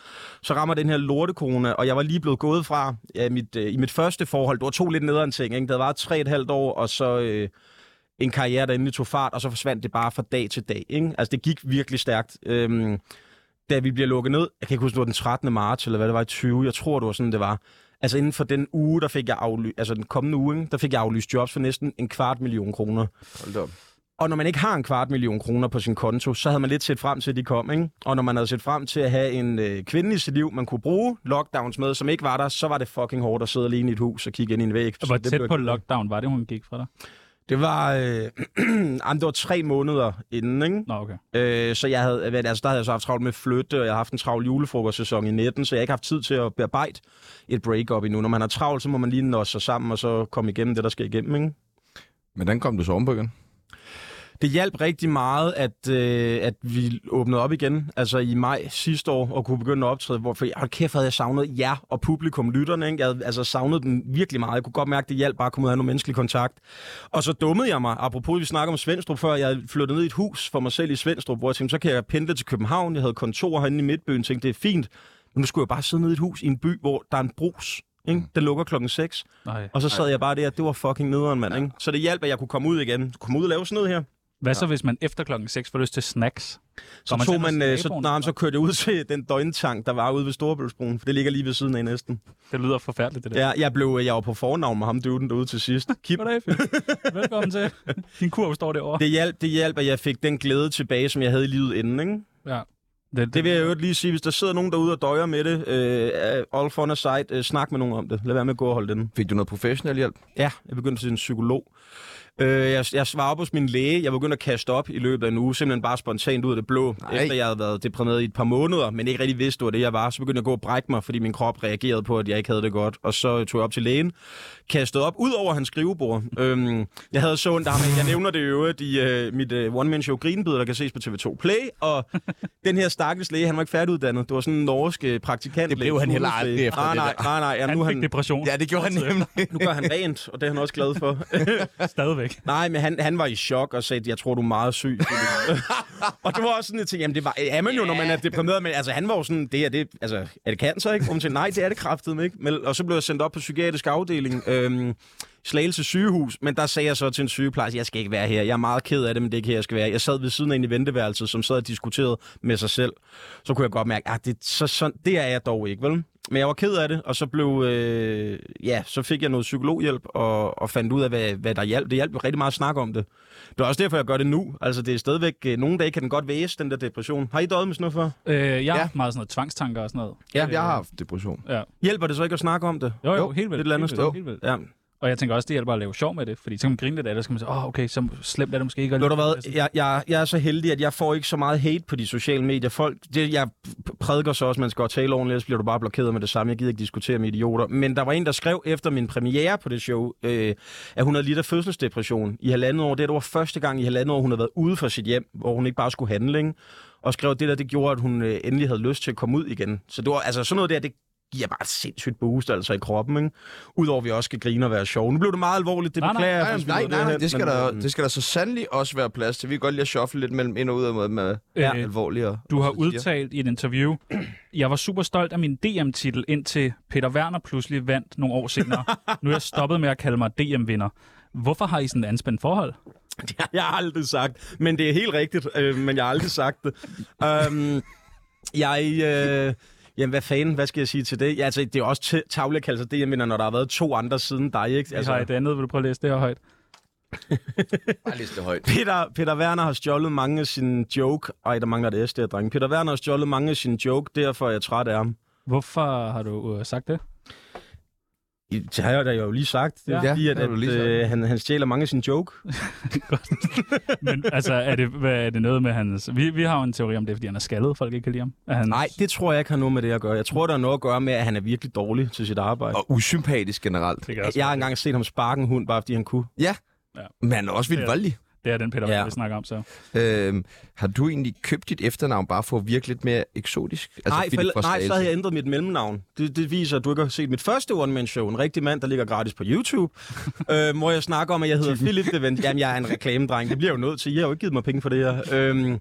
[SPEAKER 6] Så rammer den her lortekorona, og jeg var lige blevet gået fra ja, mit, øh, i mit første forhold. Det var to lidt nederen ting, ikke? Det var tre et halvt år, og så... Øh, en karriere, der endelig tog fart, og så forsvandt det bare fra dag til dag. Ikke? Altså, det gik virkelig stærkt. Øhm, da vi bliver lukket ned, jeg kan ikke huske, det var den 13. marts, eller hvad det var i 20, jeg tror, det var sådan, det var. Altså inden for den uge, der fik jeg afly- altså den kommende uge, ikke? der fik jeg aflyst jobs for næsten en kvart million kroner.
[SPEAKER 2] Hold da op.
[SPEAKER 6] Og når man ikke har en kvart million kroner på sin konto, så havde man lidt set frem til, at de kom. Ikke? Og når man havde set frem til at have en øh, kvinde i sit liv, man kunne bruge lockdowns med, som ikke var der, så var det fucking hårdt at sidde alene i et hus og kigge ind i en væg.
[SPEAKER 3] Og
[SPEAKER 6] Så
[SPEAKER 3] hvor
[SPEAKER 6] det
[SPEAKER 3] tæt
[SPEAKER 6] blev-
[SPEAKER 3] på lockdown var det, hun gik fra dig?
[SPEAKER 6] Det var, øh, jamen, det var tre måneder inden, ikke?
[SPEAKER 3] Nå, okay.
[SPEAKER 6] Øh, så jeg havde, hvad- altså, der havde jeg så haft travlt med at flytte, og jeg har haft en travl julefrokostsæson i 19, så jeg har ikke haft tid til at bearbejde et breakup endnu. Når man har travlt, så må man lige nå sig sammen og så komme igennem det, der skal igennem. Ikke?
[SPEAKER 2] Men den kom du så om på igen.
[SPEAKER 6] Det hjalp rigtig meget, at, øh, at vi åbnede op igen, altså i maj sidste år, og kunne begynde at optræde, hvor for, hold kæft, havde jeg savnet jer og publikum, lytterne, ikke? Jeg havde altså savnet dem virkelig meget. Jeg kunne godt mærke, det hjalp bare at komme ud og have noget menneskelig kontakt. Og så dummede jeg mig, apropos vi snakker om Svendstrup før, jeg flyttede ned i et hus for mig selv i Svendstrup, hvor jeg tænkte, så kan jeg pendle til København, jeg havde kontor herinde i Midtbyen, tænkte, det er fint, men nu skulle jeg bare sidde nede i et hus i en by, hvor der er en brus, ikke? Den lukker klokken 6.
[SPEAKER 3] Nej.
[SPEAKER 6] Og så sad jeg bare der, det var fucking nederen, mand. Ikke? Så det hjalp, at jeg kunne komme ud igen. Komme ud og lave sådan noget her.
[SPEAKER 3] Hvad så, hvis man efter klokken 6 får lyst til snacks?
[SPEAKER 6] Så, tog man, øh, så, nej, men så kørte jeg ud til den døgntank, der var ude ved Storebæltsbroen, for det ligger lige ved siden af næsten.
[SPEAKER 3] Det lyder forfærdeligt, det der.
[SPEAKER 6] Ja, jeg, blev, jeg var på fornavn med ham døden derude til sidst. Kip.
[SPEAKER 3] Goddag, Phil. Velkommen til. Din kurv står derovre.
[SPEAKER 6] Det hjalp, det hjalp, at jeg fik den glæde tilbage, som jeg havde i livet inden. Ikke?
[SPEAKER 3] Ja. Det,
[SPEAKER 6] Det vil jeg jo lige sige, hvis der sidder nogen derude og døjer med det, øh, all fun aside, øh, snak med nogen om det. Lad være med at gå og holde den.
[SPEAKER 2] Fik du noget professionel hjælp?
[SPEAKER 6] Ja, jeg begyndte til en psykolog. Øh, jeg, jeg svarede op hos min læge. Jeg begyndte at kaste op i løbet af en uge, simpelthen bare spontant ud af det blå. Nej. Efter jeg havde været deprimeret i et par måneder, men ikke rigtig vidste, hvor det jeg var, så begyndte jeg at gå og brække mig, fordi min krop reagerede på, at jeg ikke havde det godt. Og så tog jeg op til lægen, kastede op ud over hans skrivebord. Øhm, jeg havde så ondt af ham. Jeg nævner det i øvrigt i øh, mit øh, one-man-show Grinbid, der kan ses på TV2 Play. Og den her stakkels læge, han var ikke færdiguddannet. Det var sådan en norsk øh, praktikant.
[SPEAKER 2] Det blev han heller aldrig efter
[SPEAKER 6] nej,
[SPEAKER 2] det
[SPEAKER 6] nej, nej, nej, ja,
[SPEAKER 3] han
[SPEAKER 6] nu, er
[SPEAKER 3] fik
[SPEAKER 6] han,
[SPEAKER 3] depression
[SPEAKER 2] det gjorde han nemlig.
[SPEAKER 6] nu gør han rent, og det er han også glad for.
[SPEAKER 3] stadigvæk.
[SPEAKER 6] Nej, men han, han var i chok og sagde, jeg tror, du er meget syg. Philip." og det var også sådan, jeg tænkte, jamen det var, er man jo, når man er deprimeret, men altså, han var jo sådan, det er det, altså, er det cancer, ikke? Og hun sagde, nej, det er det kraftedeme, ikke? Men, og så blev jeg sendt op på psykiatrisk afdeling, øhm, Slagelse sygehus, men der sagde jeg så til en sygeplejerske, jeg skal ikke være her, jeg er meget ked af det, men det er ikke her, jeg skal være. Jeg sad ved siden af en i venteværelset, som sad og diskuterede med sig selv. Så kunne jeg godt mærke, at det, så, så, det er jeg dog ikke, vel? Men jeg var ked af det, og så blev, øh, ja, så fik jeg noget psykologhjælp og, og fandt ud af, hvad, hvad der hjalp. Det hjalp jo rigtig meget at snakke om det. Det er også derfor, jeg gør det nu. Altså, det er stadigvæk, øh, nogle dage kan den godt væse, den der depression. Har I døjet med sådan noget før?
[SPEAKER 3] Øh, jeg har
[SPEAKER 2] Ja.
[SPEAKER 3] haft meget sådan noget tvangstanker og sådan noget.
[SPEAKER 2] Ja. Jeg har haft depression.
[SPEAKER 6] Hjælper det så ikke at snakke om det?
[SPEAKER 3] Jo, jo,
[SPEAKER 2] Jo,
[SPEAKER 3] jo helt vildt.
[SPEAKER 6] et eller andet
[SPEAKER 3] helt
[SPEAKER 6] sted.
[SPEAKER 3] vildt, helt vildt.
[SPEAKER 6] Ja.
[SPEAKER 3] Og jeg tænker også, det hjælper at lave sjov med det, fordi så kan man grine lidt af det, og så kan man sige, åh, oh, okay, så slemt er det måske ikke.
[SPEAKER 6] Ved du hvad, jeg, jeg, jeg er så heldig, at jeg får ikke så meget hate på de sociale medier. Folk, det, jeg prædiker så også, at man skal godt tale ordentligt, ellers bliver du bare blokeret med det samme. Jeg gider ikke diskutere med idioter. Men der var en, der skrev efter min premiere på det show, øh, at hun havde lidt af fødselsdepression i halvandet år. Det, her, det var første gang i halvandet år, hun havde været ude for sit hjem, hvor hun ikke bare skulle handle. Ikke? Og skrev, at det der, det gjorde, at hun øh, endelig havde lyst til at komme ud igen. Så det var altså sådan noget der, det giver bare et sindssygt boost altså i kroppen, ikke? Udover at vi også skal grine og være sjove. Nu blev det meget alvorligt, det
[SPEAKER 3] Nej, nej.
[SPEAKER 6] beklager jeg.
[SPEAKER 2] Nej,
[SPEAKER 6] hvis vi
[SPEAKER 2] nej,
[SPEAKER 6] nåede
[SPEAKER 2] nej, nej,
[SPEAKER 6] derhen,
[SPEAKER 2] det øh, skal,
[SPEAKER 6] men,
[SPEAKER 2] der,
[SPEAKER 6] øhm,
[SPEAKER 2] det skal der så sandelig også være plads til. Vi kan godt lide at shuffle lidt mellem ind og ud af med, med
[SPEAKER 3] Ja.
[SPEAKER 2] ja. alvorligere.
[SPEAKER 3] Du har udtalt i et interview, jeg var super stolt af min DM-titel, indtil Peter Werner pludselig vandt nogle år senere. nu er jeg stoppet med at kalde mig DM-vinder. Hvorfor har I sådan et anspændt forhold?
[SPEAKER 6] Jeg har aldrig sagt, men det er helt rigtigt, øh, men jeg har aldrig sagt det. øhm, jeg, øh, jamen hvad fanden, hvad skal jeg sige til det? Ja, altså, det er også t- tavle altså, at kalde sig DM-vinder, når der har været to andre siden dig, ikke?
[SPEAKER 3] Altså, har et andet, vil du prøve at læse det her højt?
[SPEAKER 2] Bare lige så højt.
[SPEAKER 6] Peter, Peter Werner har stjålet mange af sine joke. Ej, der mangler det S der, drenge. Peter Werner har stjålet mange af sine joke, derfor er jeg træt af ham.
[SPEAKER 3] Hvorfor har du øh, sagt det?
[SPEAKER 6] Det har jeg da jo lige sagt. Det er
[SPEAKER 3] Ja.
[SPEAKER 6] ja, fordi,
[SPEAKER 3] Ja,
[SPEAKER 6] at,
[SPEAKER 3] det har
[SPEAKER 6] at
[SPEAKER 3] du lige sagt.
[SPEAKER 6] øh, han, han stjæler mange af sin joke.
[SPEAKER 3] Men altså, er det, hvad, er det noget med hans... Vi, vi har jo en teori om det, er, fordi han er skaldet, folk ikke kan lide ham. Er han...
[SPEAKER 6] Nej, det tror jeg ikke har noget med det at gøre. Jeg tror, der er noget at gøre med, at han er virkelig dårlig til sit arbejde.
[SPEAKER 2] Og usympatisk generelt.
[SPEAKER 3] Det kan også
[SPEAKER 6] Jeg har engang set ham sparke en hund, bare fordi han kunne.
[SPEAKER 2] Ja, men han er også vildt
[SPEAKER 3] Det er-
[SPEAKER 2] voldelig.
[SPEAKER 3] Det er den Peter,
[SPEAKER 2] Ja.
[SPEAKER 3] ja. vi snakker om, så.
[SPEAKER 2] Øhm, har du egentlig købt dit efternavn bare for at virke lidt mere eksotisk?
[SPEAKER 6] Altså, nej, for,
[SPEAKER 2] Philip
[SPEAKER 6] ellers-
[SPEAKER 2] fra
[SPEAKER 6] nej, så
[SPEAKER 2] Slagelse.
[SPEAKER 6] havde jeg ændret mit mellemnavn. Det, det viser, at du ikke har set mit første one-man-show. En rigtig mand, der ligger gratis på YouTube. øh, hvor jeg snakker om, at jeg hedder Philip Devent. Jamen, jeg er en reklamedreng. Det bliver jeg jo nødt til. Jeg har jo ikke givet mig penge for det her. Øhm,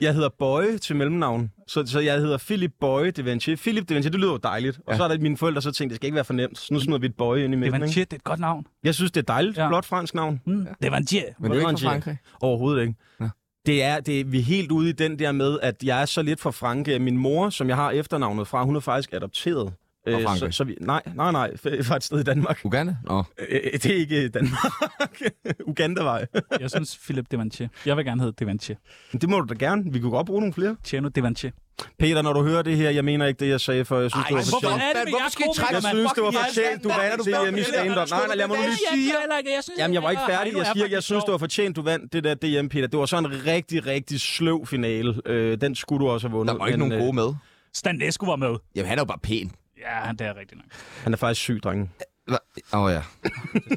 [SPEAKER 6] jeg hedder Bøje til mellemnavn. Så, så jeg hedder Philip Bøje Deventier. Philip Deventier, det lyder jo dejligt. Og så er der mine forældre, så tænkte, det skal ikke være for nemt. Så nu smider vi et bøje ind i
[SPEAKER 3] Det
[SPEAKER 6] midten.
[SPEAKER 3] var en
[SPEAKER 6] ikke?
[SPEAKER 3] shit, det er et godt navn.
[SPEAKER 6] Jeg synes, det er et dejligt, ja. flot fransk navn.
[SPEAKER 3] Mm, det var en shit.
[SPEAKER 2] Men du er ikke fra Frankrig?
[SPEAKER 6] Overhovedet ikke.
[SPEAKER 2] Ja.
[SPEAKER 6] Det er, det, vi er helt ude i den der med, at jeg er så lidt fra Franke. Min mor, som jeg har efternavnet fra, hun er faktisk adopteret. Øh, så,
[SPEAKER 2] Frankrig?
[SPEAKER 6] så vi, nej, nej, nej, f- fra et sted i Danmark.
[SPEAKER 2] Uganda? Nå.
[SPEAKER 6] Øh, det er ikke Danmark. Ugandavej.
[SPEAKER 3] Jeg synes, Philip Devanché. Jeg vil gerne hedde Devanché.
[SPEAKER 6] Men det må du da gerne. Vi kunne godt bruge nogle flere.
[SPEAKER 3] Tjeno Devanché.
[SPEAKER 6] Peter, når du hører det her, jeg mener ikke det, jeg sagde, for jeg synes, Ej, det var
[SPEAKER 3] hvorfor
[SPEAKER 6] fortjent.
[SPEAKER 3] er det, vi er komikere,
[SPEAKER 6] Jeg
[SPEAKER 3] mand?
[SPEAKER 6] synes, det var
[SPEAKER 3] Fucking
[SPEAKER 6] fortjent. Du
[SPEAKER 3] Jan
[SPEAKER 6] vandt det
[SPEAKER 3] Jan
[SPEAKER 6] hjemme i
[SPEAKER 3] Jan
[SPEAKER 6] stand-up. Nej, nej, lad mig nu lige
[SPEAKER 3] Jeg
[SPEAKER 6] sige.
[SPEAKER 3] kan heller ikke. Jeg synes,
[SPEAKER 6] Jamen, jeg var ikke
[SPEAKER 3] heller-
[SPEAKER 6] færdig.
[SPEAKER 3] Ej, nu
[SPEAKER 6] Jeg
[SPEAKER 3] er
[SPEAKER 6] siger, jeg
[SPEAKER 3] faktisk
[SPEAKER 6] synes,
[SPEAKER 3] sjov.
[SPEAKER 6] det var fortjent, du vandt det der DM, Peter. Det var så en rigtig, rigtig sløv finale. Øh, den skulle du også have vundet.
[SPEAKER 2] Der var ikke
[SPEAKER 6] men,
[SPEAKER 2] nogen
[SPEAKER 6] øh,
[SPEAKER 2] gode med.
[SPEAKER 3] Stan Nesco var med.
[SPEAKER 2] Jamen, han er jo bare pæn.
[SPEAKER 3] Ja, det er rigtigt nok.
[SPEAKER 6] Han er faktisk syg, drenge.
[SPEAKER 2] Åh oh, ja.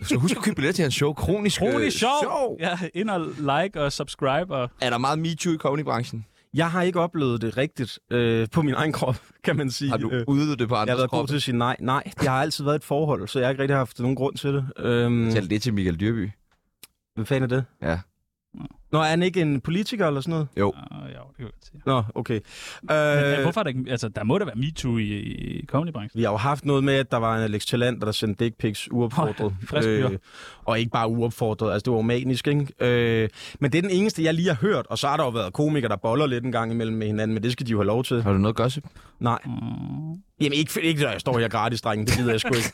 [SPEAKER 2] så husk at købe billetter til hans show. Kronisk, øh,
[SPEAKER 3] Rolig sjov. Ja, ind og like og subscribe. Og...
[SPEAKER 2] Er der meget MeToo i comedybranchen?
[SPEAKER 6] Jeg har ikke oplevet det rigtigt øh, på min egen krop, kan man sige.
[SPEAKER 2] Har du
[SPEAKER 6] Øh,
[SPEAKER 2] udet det på
[SPEAKER 6] jeg har
[SPEAKER 2] andres
[SPEAKER 6] været god
[SPEAKER 2] kroppe?
[SPEAKER 6] til at sige nej. Nej, det har altid været et forhold, så jeg har ikke rigtig haft nogen grund til det. Øhm,
[SPEAKER 2] Fortæl det til Michael Dyrby.
[SPEAKER 6] Hvem fanden er det?
[SPEAKER 2] Ja.
[SPEAKER 6] Nå, er han ikke en politiker eller sådan noget?
[SPEAKER 3] Uh, ja, det kan jeg godt sige.
[SPEAKER 6] Nå, okay.
[SPEAKER 3] Men, øh,
[SPEAKER 6] Øh,
[SPEAKER 3] hvorfor er der ikke... Altså, der må da være MeToo i, i comedybranchen.
[SPEAKER 6] vi har jo haft noget med, at der var en Alex Talander, der sendte dick pics uopfordret. Øh,
[SPEAKER 3] Frisk fyr.
[SPEAKER 6] og ikke bare uopfordret, altså det var jo manisk, ikke? Øh, men det er den eneste, jeg lige har hørt, og så har der jo været komikere, der boller lidt en gang imellem med hinanden, men det skal de jo have lov til.
[SPEAKER 2] Har du noget gossip?
[SPEAKER 6] Nej.
[SPEAKER 3] Mm.
[SPEAKER 6] Jamen ikke, ikke når jeg står her gratis, drengen. Det gider jeg sgu ikke.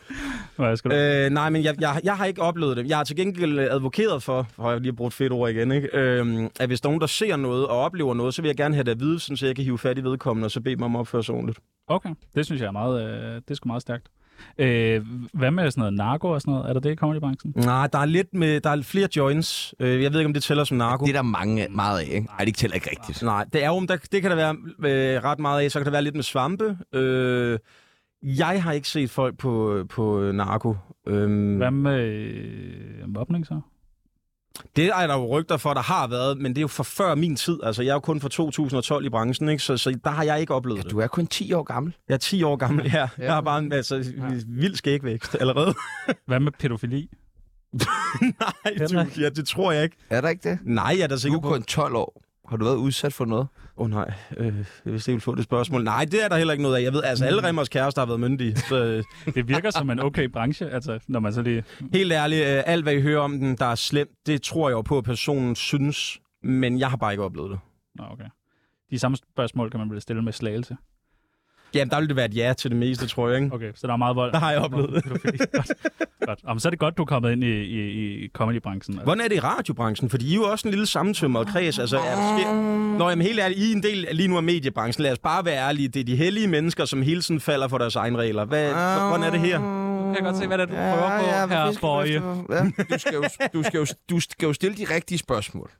[SPEAKER 3] Hvad skal du?
[SPEAKER 6] Øh, nej, men jeg, jeg, jeg har ikke oplevet det. Jeg har til gengæld advokeret for, for jeg har lige brugt fedt ord igen, ikke? Øhm, at hvis der er nogen, der ser noget og oplever noget, så vil jeg gerne have det at vide, sådan, så jeg kan hive fat i vedkommende, og så bede dem om at opføre sig ordentligt.
[SPEAKER 3] Okay, det synes jeg er meget... Øh, det er sgu meget stærkt. Øh, hvad med sådan noget narko og sådan noget? Er der det i comedybranchen?
[SPEAKER 6] Nej, der er lidt med, der er flere joints. Øh, jeg ved ikke, om det tæller som narko.
[SPEAKER 2] Det er der mange, af- meget af, ikke? Ej, det tæller ikke rigtigt.
[SPEAKER 6] Nej, det er jo, der, det kan der være øh, ret meget af. Så kan der være lidt med svampe. Øh, jeg har ikke set folk på, på narko. Øhm,
[SPEAKER 3] Hvad med øh, mobning så?
[SPEAKER 6] Det er der jo rygter for, der har været, men det er jo for før min tid. Altså, jeg er jo kun fra 2012 i branchen, ikke? Så, så der har jeg ikke oplevet det.
[SPEAKER 2] Du er kun 10 år gammel.
[SPEAKER 6] Jeg er 10 år gammel her. Ja. Jeg har bare en altså, vild skægvækst allerede.
[SPEAKER 3] Hvad med pædofili?
[SPEAKER 6] Nej, du, ja, det tror jeg ikke.
[SPEAKER 2] Er der ikke det?
[SPEAKER 6] Nej, jeg er da
[SPEAKER 2] Du
[SPEAKER 6] sikker
[SPEAKER 2] er
[SPEAKER 6] på... Åh
[SPEAKER 2] kun 12 år. Har du været udsat for noget?
[SPEAKER 6] oh, nej, øh, hvis jeg vil få det spørgsmål. Nej, det er der heller ikke noget af. Jeg ved, altså
[SPEAKER 2] Mm.
[SPEAKER 6] alle Remmers kærester har været myndige. Så øh,
[SPEAKER 3] Det virker som en okay branche, altså, når man så lige...
[SPEAKER 6] helt ærligt, øh, alt hvad I hører om den, der er slemt, det tror jeg jo på, at personen synes. Men jeg har bare ikke oplevet det.
[SPEAKER 3] Nå, okay. De samme spørgsmål kan man vel stille med slagelse.
[SPEAKER 6] Jamen, der ville det være et ja til det meste, tror jeg, ikke?
[SPEAKER 3] Okay, så der er meget vold.
[SPEAKER 6] Der har jeg oplevet det.
[SPEAKER 3] Pædofili. Godt. Godt. Jamen, så er det godt, du er kommet ind i, i, i comedybranchen. Altså.
[SPEAKER 6] Hvordan er det i radiobranchen? Fordi I er jo også en lille sammentømret kreds. Altså, er der sker... Nå, jamen helt ærligt, I er en del af- lige nu af mediebranchen. Lad os bare være ærlige. Det er de hellige mennesker, som hele tiden falder for deres egne regler. Hvad, hvordan er det her?
[SPEAKER 3] Kan jeg godt se, hvad det er, du prøver på her, Borge?
[SPEAKER 2] Altså, Ja. Du, skal jo, du, skal jo, du skal jo stille de rigtige spørgsmål.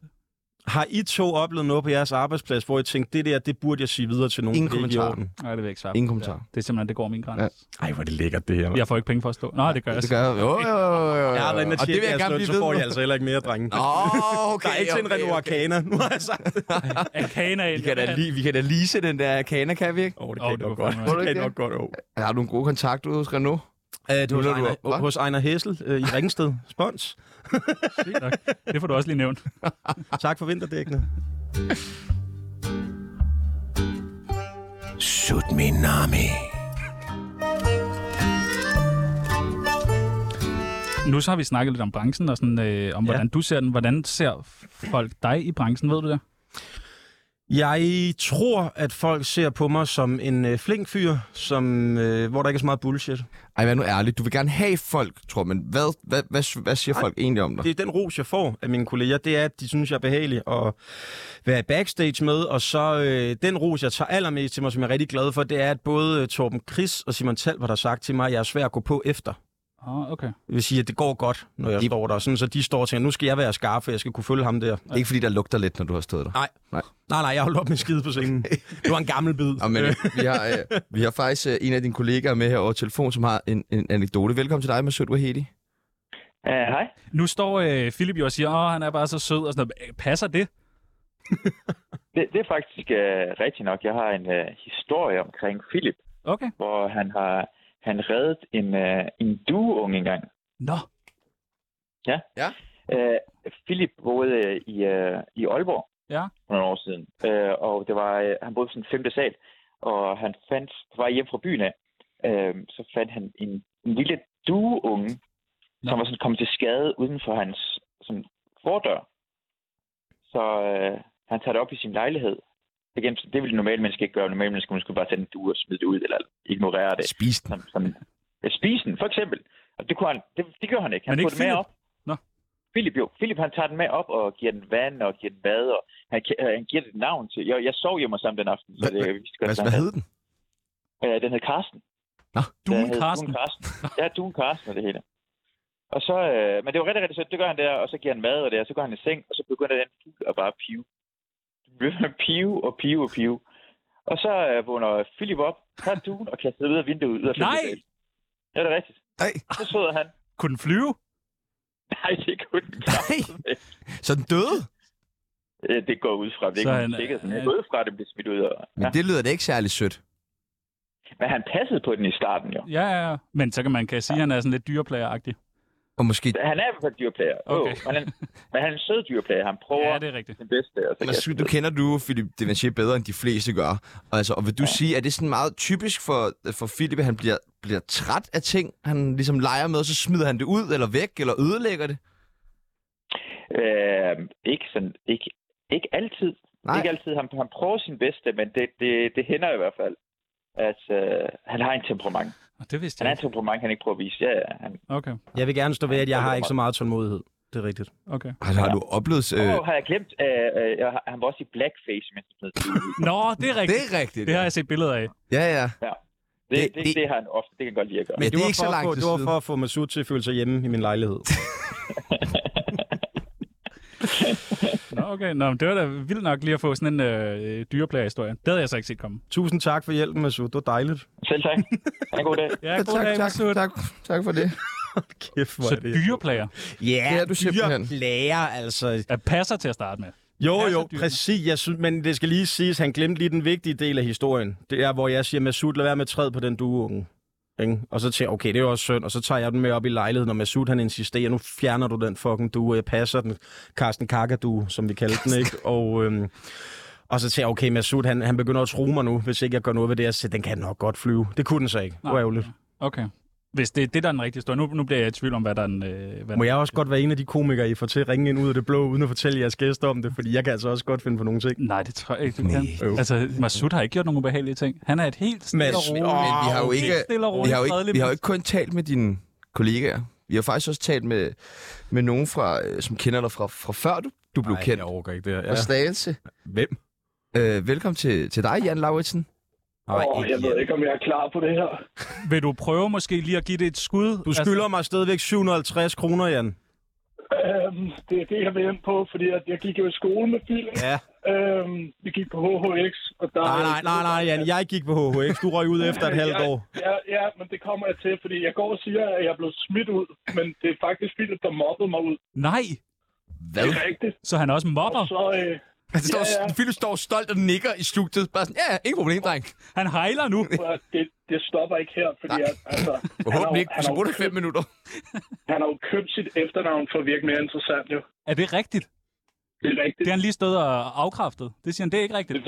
[SPEAKER 6] Har I to oplevet noget på jeres arbejdsplads, hvor I tænkte, det der, det burde jeg sige videre til nogen?
[SPEAKER 2] Ingen
[SPEAKER 6] Det er ikke i
[SPEAKER 2] kommentar.
[SPEAKER 6] orden.
[SPEAKER 3] Nej, det vil jeg ikke svare på.
[SPEAKER 2] Ingen kommentar.
[SPEAKER 3] Det er simpelthen, det går min grænse. Ja.
[SPEAKER 6] Ej, hvor er det lækkert, det her. mand.
[SPEAKER 3] Jeg får ikke penge for at stå. Nej, det gør jeg.
[SPEAKER 2] Det
[SPEAKER 3] Det
[SPEAKER 2] gør jeg. Jo, jo, jo, jo.
[SPEAKER 6] Jeg har været inde
[SPEAKER 2] Og det
[SPEAKER 6] og
[SPEAKER 2] vil
[SPEAKER 6] tjekke
[SPEAKER 2] jeg
[SPEAKER 6] jeres
[SPEAKER 2] gerne
[SPEAKER 6] løn,
[SPEAKER 2] blive
[SPEAKER 6] så
[SPEAKER 2] ved
[SPEAKER 6] får I
[SPEAKER 2] med.
[SPEAKER 6] altså heller ikke mere, drenge.
[SPEAKER 2] Nå, okay.
[SPEAKER 6] der er ikke til en
[SPEAKER 2] okay,
[SPEAKER 6] Renault
[SPEAKER 2] okay.
[SPEAKER 6] Arcana, nu har jeg sagt det.
[SPEAKER 3] Akana
[SPEAKER 2] Vi kan, da lige, vi kan da lease den der Kana, kan vi ikke?
[SPEAKER 6] Åh, oh, det
[SPEAKER 3] Åh,
[SPEAKER 6] kan
[SPEAKER 3] det
[SPEAKER 6] nok
[SPEAKER 3] kunne
[SPEAKER 6] godt.
[SPEAKER 3] fandme
[SPEAKER 2] være.
[SPEAKER 6] Det kan nok godt, oh.
[SPEAKER 2] Har du en god kontakt ude hos Renault?
[SPEAKER 6] Øh, det
[SPEAKER 2] Nu
[SPEAKER 6] var
[SPEAKER 2] lader du
[SPEAKER 6] hos
[SPEAKER 2] op.
[SPEAKER 6] Ejner, hos Ejner Hessel øh, i Ringsted. Spons.
[SPEAKER 3] Det får du også lige nævnt.
[SPEAKER 6] Tak for vinterdækkene.
[SPEAKER 9] Sut min nami.
[SPEAKER 3] Nu så har vi snakket lidt om branchen og sådan, øh, om,
[SPEAKER 6] Ja.
[SPEAKER 3] hvordan du ser den. Hvordan ser folk dig i branchen, ved du det?
[SPEAKER 6] Jeg tror, at folk ser på mig som en øh, flink fyr, som, øh, hvor der ikke er så meget bullshit.
[SPEAKER 2] Ej, vær nu ærlig. Du vil gerne have folk, tror jeg, men hvad, hvad, hvad, hvad siger
[SPEAKER 6] Ej,
[SPEAKER 2] Ej, folk egentlig om dig?
[SPEAKER 6] Det er den ros, jeg får af mine kolleger, det er, at de synes, jeg er behagelig at være backstage med. Og så øh, den ros, jeg tager allermest til mig, som jeg er rigtig glad for, det er, at både øh, Torben Chris og Simon Talbot har sagt til mig, at jeg er svær at gå på efter.
[SPEAKER 3] Ah, okay.
[SPEAKER 6] Det vil sige, at det går godt, når jeg de... står der. Sådan, så de står og tænker, nu skal jeg være skarp, for jeg skal kunne følge ham der.
[SPEAKER 2] Ikke fordi der lugter lidt, når du har stået der.
[SPEAKER 6] Nej.
[SPEAKER 2] Nej.
[SPEAKER 6] Nej, nej, jeg holdt op med skide på sengen. Det var en gammel bid.
[SPEAKER 2] Nå, men, øh, vi, har, øh, vi har faktisk øh, en af dine kollegaer med her over telefon, som har en, en anekdote. Velkommen til dig, Masoud Wahedi.
[SPEAKER 11] Uh, hej.
[SPEAKER 3] Nu står øh, Philip jo og siger, at han er bare så sød og sådan noget. Øh, Passer det?
[SPEAKER 11] Det, det er faktisk uh, rigtigt nok. Jeg har en uh, historie omkring Philip,
[SPEAKER 3] okay.
[SPEAKER 11] hvor han har han reddet en, uh, en dueunge engang.
[SPEAKER 3] Nå.
[SPEAKER 11] Ja.
[SPEAKER 2] ja.
[SPEAKER 11] Uh, Philip boede øh, i, uh, i Aalborg
[SPEAKER 3] Ja.
[SPEAKER 11] for nogle år siden, uh, og det var, uh, han boede på sin femte sal, og han fandt, på vej hjem fra byen af, uh, så fandt han en, en lille dueunge, som var sådan kommet til skade uden for hans sådan, fordør. Så øh, han tager det op i sin lejlighed. Igen, så det ville normalt menneske ikke gøre. Normalt menneske skulle bare sætte en due og smide det ud, eller ignorere det.
[SPEAKER 2] Spise
[SPEAKER 11] den. Som, som, ja, spise den, for eksempel. Og det, kunne han, det, det gjorde han ikke. Han
[SPEAKER 3] Men
[SPEAKER 11] tog
[SPEAKER 3] ikke
[SPEAKER 11] det med
[SPEAKER 3] Philip?
[SPEAKER 11] op. Philip jo. Philip han tager den med op og giver den vand og giver den bad, og han, gi- øh, han giver det et navn til. Jeg, jeg sov hjemme sammen den aften. Så det, jeg vidste godt,
[SPEAKER 2] Hvad, hvad hed den?
[SPEAKER 11] Øh, den hed Karsten.
[SPEAKER 2] Nå,
[SPEAKER 11] Den hed Duen Karsten. Ja, Duen Karsten og det hele. Og så, øh, men det var rigtig, rigtig sødt. Det gør han der, og så giver han mad og det, og så går han i seng, og så begynder den fugl at bare pive. Den begynder at pive og pive og pive. Og så øh, vågner Philip op, tager duen og kaster den ud af vinduet. Ud af
[SPEAKER 3] Nej!
[SPEAKER 11] flyvesalen. Ja, det er rigtigt.
[SPEAKER 2] Nej.
[SPEAKER 11] Så sidder han.
[SPEAKER 3] Kunne den flyve?
[SPEAKER 11] Nej, det kunne den Nej.
[SPEAKER 2] Så den døde?
[SPEAKER 11] Øh, Det går ud fra, det
[SPEAKER 2] Så
[SPEAKER 11] ikke
[SPEAKER 2] han-
[SPEAKER 11] han, dækket. Den er gået ud fra, at det blev smidt ud. Og,
[SPEAKER 2] Men det lyder da ikke særlig sødt.
[SPEAKER 11] men han passede på den i starten jo.
[SPEAKER 3] Ja, ja, ja. Men så kan man kan sige, at han er sådan lidt dyreplageragtig.
[SPEAKER 2] Og måske...
[SPEAKER 11] Han er i hvert fald dyreplager.
[SPEAKER 3] Okay.
[SPEAKER 11] men, han, men han er en sød dyreplager. Han prøver
[SPEAKER 3] Ja, det er rigtigt.
[SPEAKER 11] den bedste. Og så
[SPEAKER 2] Ellers,
[SPEAKER 11] kaster
[SPEAKER 2] du kender du Philip Devanchier bedre, end de fleste gør. Og, altså, og vil du ja. sige, at det er sådan meget typisk for, for Philip, at han bliver, bliver træt af ting, han ligesom leger med, og så smider han det ud, eller væk, eller ødelægger det?
[SPEAKER 11] Øh, ikke, sådan, ikke, ikke altid. Nej. Ikke altid. Han, han prøver sin bedste, men det, det, det hænder i hvert fald, at øh, han har en temperament.
[SPEAKER 3] Og det vidste
[SPEAKER 11] Han har
[SPEAKER 3] jeg
[SPEAKER 11] en temperament, han ikke prøver at vise. Ja, ja, han,
[SPEAKER 3] Okay,
[SPEAKER 6] Jeg vil gerne stå ved, at jeg har ikke så meget tålmodighed. Det er rigtigt.
[SPEAKER 3] okay.
[SPEAKER 2] Altså, har du oplevet...
[SPEAKER 11] øh. oh, har jeg glemt? Øh, øh, jeg har- han var også i blackface, mens han smed det ud.
[SPEAKER 3] Nå, det er rigtigt.
[SPEAKER 2] Det er rigtigt,
[SPEAKER 3] Det har jeg set billeder af.
[SPEAKER 2] Ja, ja.
[SPEAKER 11] ja. Det, det, det, det, har han ofte. Det kan jeg godt lide at gøre.
[SPEAKER 6] Men det, var for at få, det var for at få Masud til at føle sig hjemme i min lejlighed.
[SPEAKER 3] Nå, okay. Nå, men det var da vildt nok lige at få sådan en øh, dyreplagerhistorie. Det havde jeg så ikke set komme.
[SPEAKER 6] Tusind tak for hjælpen, Masud. Det var dejligt.
[SPEAKER 11] Selv tak. Ha' en god dag.
[SPEAKER 3] Ja, god dag, Masud.
[SPEAKER 2] tak, tak for det.
[SPEAKER 6] Kæft, hvor
[SPEAKER 3] Så
[SPEAKER 6] er det.
[SPEAKER 3] dyreplager.
[SPEAKER 6] Ja,
[SPEAKER 2] Det er du simpelthen.
[SPEAKER 6] dyreplager, altså.
[SPEAKER 3] Er passer til at starte med.
[SPEAKER 6] Jo,
[SPEAKER 3] Passer
[SPEAKER 6] jo,
[SPEAKER 3] dyrene.
[SPEAKER 6] præcis. Jeg synes, men det skal lige siges, han glemte lige den vigtige del af historien. Det er, hvor jeg siger, Masud, lad være med at træde på den dueunge. Ikke? Og så tænker jeg, okay, det er jo også synd. Og så tager jeg den med op i lejligheden, og Masud han insisterer, nu fjerner du den fucking due. Jeg passer den, Carsten Kakadu, som vi kalder den, ikke? Og, øhm, og så tænker jeg, okay, Masud, han, han begynder at tro mig nu, hvis ikke jeg gør noget ved det. Jeg siger, den kan nok godt flyve. Det kunne den så ikke.
[SPEAKER 3] Nej.
[SPEAKER 6] Nej. Uærligt.
[SPEAKER 3] Okay. Hvis det er det, der er den rigtige historie. Nu, nu bliver jeg i tvivl om, hvad der er den... Øh, hvad
[SPEAKER 6] Må jeg også godt være en af de komikere, I får til at ringe ind ud af det blå, uden at fortælle jeres gæster om det? Fordi jeg kan altså også godt finde på nogle ting.
[SPEAKER 3] Nej, det tror jeg ikke, du kan. Altså, Masud har ikke gjort nogen ubehagelige ting. Han er et helt stille
[SPEAKER 6] Mads-
[SPEAKER 3] og roligt.
[SPEAKER 6] Åh,
[SPEAKER 2] Men vi har jo
[SPEAKER 3] helt
[SPEAKER 2] ikke,
[SPEAKER 3] stille og roligt,
[SPEAKER 2] vi har jo ikke,
[SPEAKER 3] fredeligt
[SPEAKER 2] vi har jo ikke kun talt med dine kollegaer. Vi har faktisk også talt med, med nogen, fra, øh, som kender dig fra, fra før du, du blev
[SPEAKER 6] Ej,
[SPEAKER 2] kendt.
[SPEAKER 6] Jeg overgår ikke det
[SPEAKER 2] Fra
[SPEAKER 6] her.
[SPEAKER 2] Slagelse.
[SPEAKER 6] Hvem?
[SPEAKER 2] Øh, velkommen til, til dig, Jan Lauritsen.
[SPEAKER 6] Nej, ikke.
[SPEAKER 12] Jeg ved ikke, om jeg er klar på det her.
[SPEAKER 3] Vil du prøve måske lige at give det et skud? Altså,
[SPEAKER 12] Altså,
[SPEAKER 6] Du skylder mig stadigvæk 750 kroner, Jan.
[SPEAKER 12] Øhm, det er det, jeg vil hjem på, fordi at jeg gik jo i skole med Philip.
[SPEAKER 6] Ja.
[SPEAKER 12] Øhm, vi gik på HHX, og der...
[SPEAKER 6] Nej, nej, nej, nej, Jan. Jeg gik på HHX. Du røg ud efter et halvt
[SPEAKER 12] Ja,
[SPEAKER 6] år.
[SPEAKER 12] Ja, ja, men det kommer jeg til, fordi jeg går og siger, at jeg blev smidt ud, men det er faktisk Philip, der mobbede mig ud.
[SPEAKER 3] Nej!
[SPEAKER 12] Hvad? Det er rigtigt.
[SPEAKER 3] Så han er også mobber?
[SPEAKER 12] Så, øh,
[SPEAKER 2] Han Altså, står,
[SPEAKER 12] Ja,
[SPEAKER 2] ja,
[SPEAKER 12] ja.
[SPEAKER 2] ja. Philip står stolt og nikker i studiet. Bare sådan, ja, ja, ingen problem, dreng.
[SPEAKER 3] Han hejler nu.
[SPEAKER 12] prøv at- det, det stopper ikke her, fordi
[SPEAKER 2] Nej.
[SPEAKER 12] at, altså, han har,
[SPEAKER 2] Forhåbentlig
[SPEAKER 12] jo-
[SPEAKER 2] ikke.
[SPEAKER 12] han,
[SPEAKER 2] Så
[SPEAKER 12] har,
[SPEAKER 2] bruger
[SPEAKER 12] jo
[SPEAKER 2] du fem minutter.
[SPEAKER 12] købt- han har jo købt sit efternavn for at virke mere interessant, jo.
[SPEAKER 3] Er det rigtigt?
[SPEAKER 12] Det er rigtigt.
[SPEAKER 3] Det har han lige stået og afkræftet. Det siger han, det er ikke rigtigt.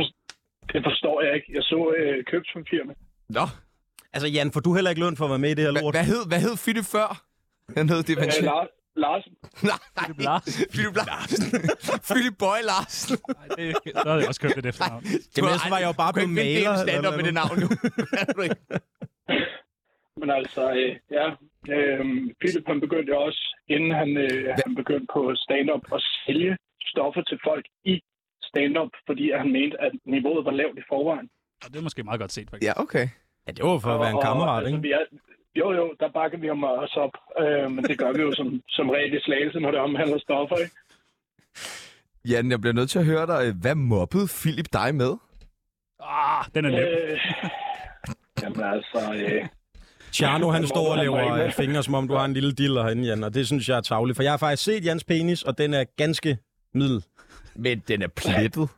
[SPEAKER 12] Det forstår jeg ikke. Jeg så øh, købspapirerne.
[SPEAKER 2] Nå.
[SPEAKER 6] Altså, Jan, får du heller ikke løn for at være med i det her lort?
[SPEAKER 2] Hvad hed, hvad hed Philip før? Han hed det,
[SPEAKER 12] Øh, Lars, Larsen.
[SPEAKER 2] Nej. Philip Larsen. Philip Larsen. Philip Boy Larsen.
[SPEAKER 3] det, så havde jeg også købt et efternavn.
[SPEAKER 2] Du har aldrig- du kan ikke finde en stand-up med det navn nu.
[SPEAKER 12] Men altså, øh, ja. Øh, Philip, han begyndte jo også, inden han, øh, han begyndte på stand-up, at sælge stoffer til folk i stand-up, fordi han mente, at niveauet var lavt i forvejen.
[SPEAKER 3] Og det er måske meget godt set, faktisk.
[SPEAKER 2] Ja, okay.
[SPEAKER 6] Ja, det var for at være en
[SPEAKER 12] Og- og,
[SPEAKER 6] kammerat,
[SPEAKER 12] altså,
[SPEAKER 6] ikke?
[SPEAKER 12] Vi er, jo, jo, der bakker vi om os op, øh, men det gør vi jo som, som regel i slagelse, når det omhandler stoffer, ikke?
[SPEAKER 2] Jan, jeg bliver nødt til at høre dig. øh, Hvad mobbede Philip dig med?
[SPEAKER 3] Ah, den er nem.
[SPEAKER 12] Øh, jamen altså, øh,
[SPEAKER 6] Tjerno, han står og laver
[SPEAKER 12] Ikke?
[SPEAKER 6] øh, fingre, som om du har en lille diller herinde, Jan, og det synes jeg er tavligt, for jeg har faktisk set Jans penis, og den er ganske middel.
[SPEAKER 2] Men den er plettet.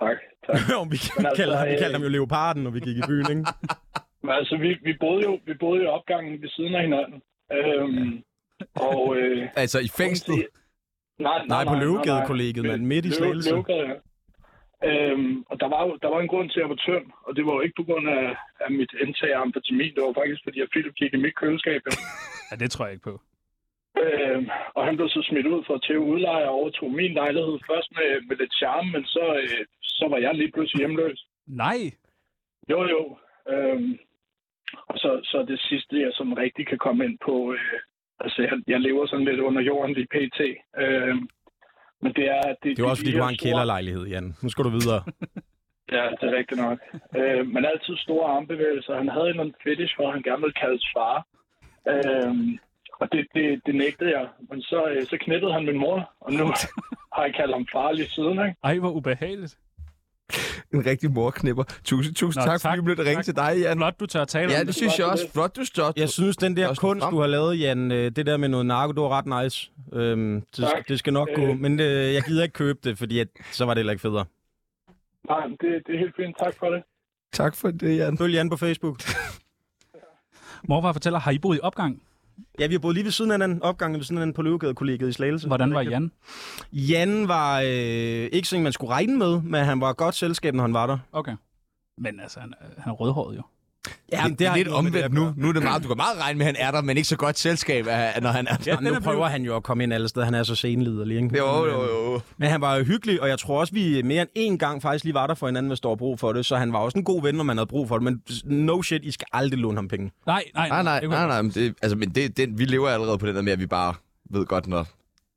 [SPEAKER 12] Tak, tak.
[SPEAKER 6] og vi
[SPEAKER 12] Men altså,
[SPEAKER 6] kaldte ham, vi
[SPEAKER 12] øh,
[SPEAKER 6] kaldte ham jo Leoparden, når vi gik i byen, ikke?
[SPEAKER 12] Men altså, vi, vi, boede jo, vi boede jo opgangen ved siden af hinanden. Øhm, og, øh,
[SPEAKER 2] Altså i fængslet?
[SPEAKER 12] nej, nej,
[SPEAKER 6] Nej, på
[SPEAKER 12] nej,
[SPEAKER 6] Løvegade-kollegiet,
[SPEAKER 12] nej, nej.
[SPEAKER 6] men midt i
[SPEAKER 12] Løve-
[SPEAKER 6] Slagelse.
[SPEAKER 12] Løvegade, ja. Øhm, og der var, jo- der var en grund til, at jeg var tynd, og det var jo ikke på grund af, af mit indtag af amfetamin. Det var faktisk, fordi jeg Philip gik i mit køleskab. jo.
[SPEAKER 3] Ja, det tror jeg ikke på.
[SPEAKER 12] øhm, og han blev så smidt ud for til udlejer og overtog min lejlighed først med, med lidt charme, men så, øh, så var jeg lige pludselig hjemløs.
[SPEAKER 3] Nej.
[SPEAKER 12] Jo, jo. Øhm, og så, så det sidste, jeg som rigtig kan komme ind på, øh, altså jeg, jeg lever sådan lidt under jorden lige pt.
[SPEAKER 13] øh,
[SPEAKER 12] Øhm, men det er... Det,
[SPEAKER 6] Det var også, fordi
[SPEAKER 12] de
[SPEAKER 6] du
[SPEAKER 12] her
[SPEAKER 6] har en
[SPEAKER 12] store-
[SPEAKER 6] kælderlejlighed, Jan. Nu skal du videre.
[SPEAKER 12] Ja, det er rigtigt nok. Øh, men altid store armbevægelser. Han havde en eller anden fetish, hvor han gerne ville kaldes far. Øh, og det, det, det nægtede jeg. Men så, øh, så knittede han min mor, og nu har jeg kaldt ham far lige siden, ikke?
[SPEAKER 3] Ej, hvor ubehageligt.
[SPEAKER 2] En rigtig morknipper. Tusind, tusind
[SPEAKER 3] Nå,
[SPEAKER 2] tak, fordi
[SPEAKER 3] tak.
[SPEAKER 2] vi blev ringe
[SPEAKER 3] Tak.
[SPEAKER 2] til dig, Jan.
[SPEAKER 3] Flot, du tør at tale
[SPEAKER 2] Ja,
[SPEAKER 3] om
[SPEAKER 2] det synes jeg også. Flot, du står.
[SPEAKER 6] Jeg synes, den der kunst, du har lavet, Jan, øh, det der med noget narko, det var ret nice. Øhm, det,
[SPEAKER 12] Tak.
[SPEAKER 6] det skal nok gå,
[SPEAKER 12] Øh.
[SPEAKER 6] men øh, jeg gider ikke købe det, fordi at, så var det heller ikke federe.
[SPEAKER 12] Nej, men det, det er helt fint. Tak for det.
[SPEAKER 2] Tak for det, Jan.
[SPEAKER 6] Følg Jan på Facebook.
[SPEAKER 3] Morfar fortæller, har I boet i opgang?
[SPEAKER 6] Ja, vi har boet lige ved siden af hinanden, opgangen ved siden af hinanden på Løvegade-kollegiet i Slagelse.
[SPEAKER 3] Hvordan var Jan?
[SPEAKER 6] Jan var øh, ikke sådan, en, man skulle regne med, men han var et godt selskab, når han var der.
[SPEAKER 3] Okay. Men altså, han, øh, han er rødhåret jo.
[SPEAKER 6] Ja,
[SPEAKER 2] det, det er lidt omvendt nu. Nu er det meget, du kan meget regne med, at han er der, men ikke så godt selskab, at- at når han er der.
[SPEAKER 6] Ja, nu prøver han jo at komme ind alle steder. Han er så senliderlig, ikke?
[SPEAKER 2] Jo, jo, jo.
[SPEAKER 6] Men han var jo hyggelig, og jeg tror også, vi mere end én gang faktisk lige var der for hinanden, hvis der var brug for det. Så han var også en god ven, når man havde brug for det. Men no shit, I skal aldrig låne ham penge.
[SPEAKER 3] Nej, nej,
[SPEAKER 2] Nej, nej, nej, nej. Men, det, altså, men det, den, vi lever allerede på den der med, at vi bare ved godt, når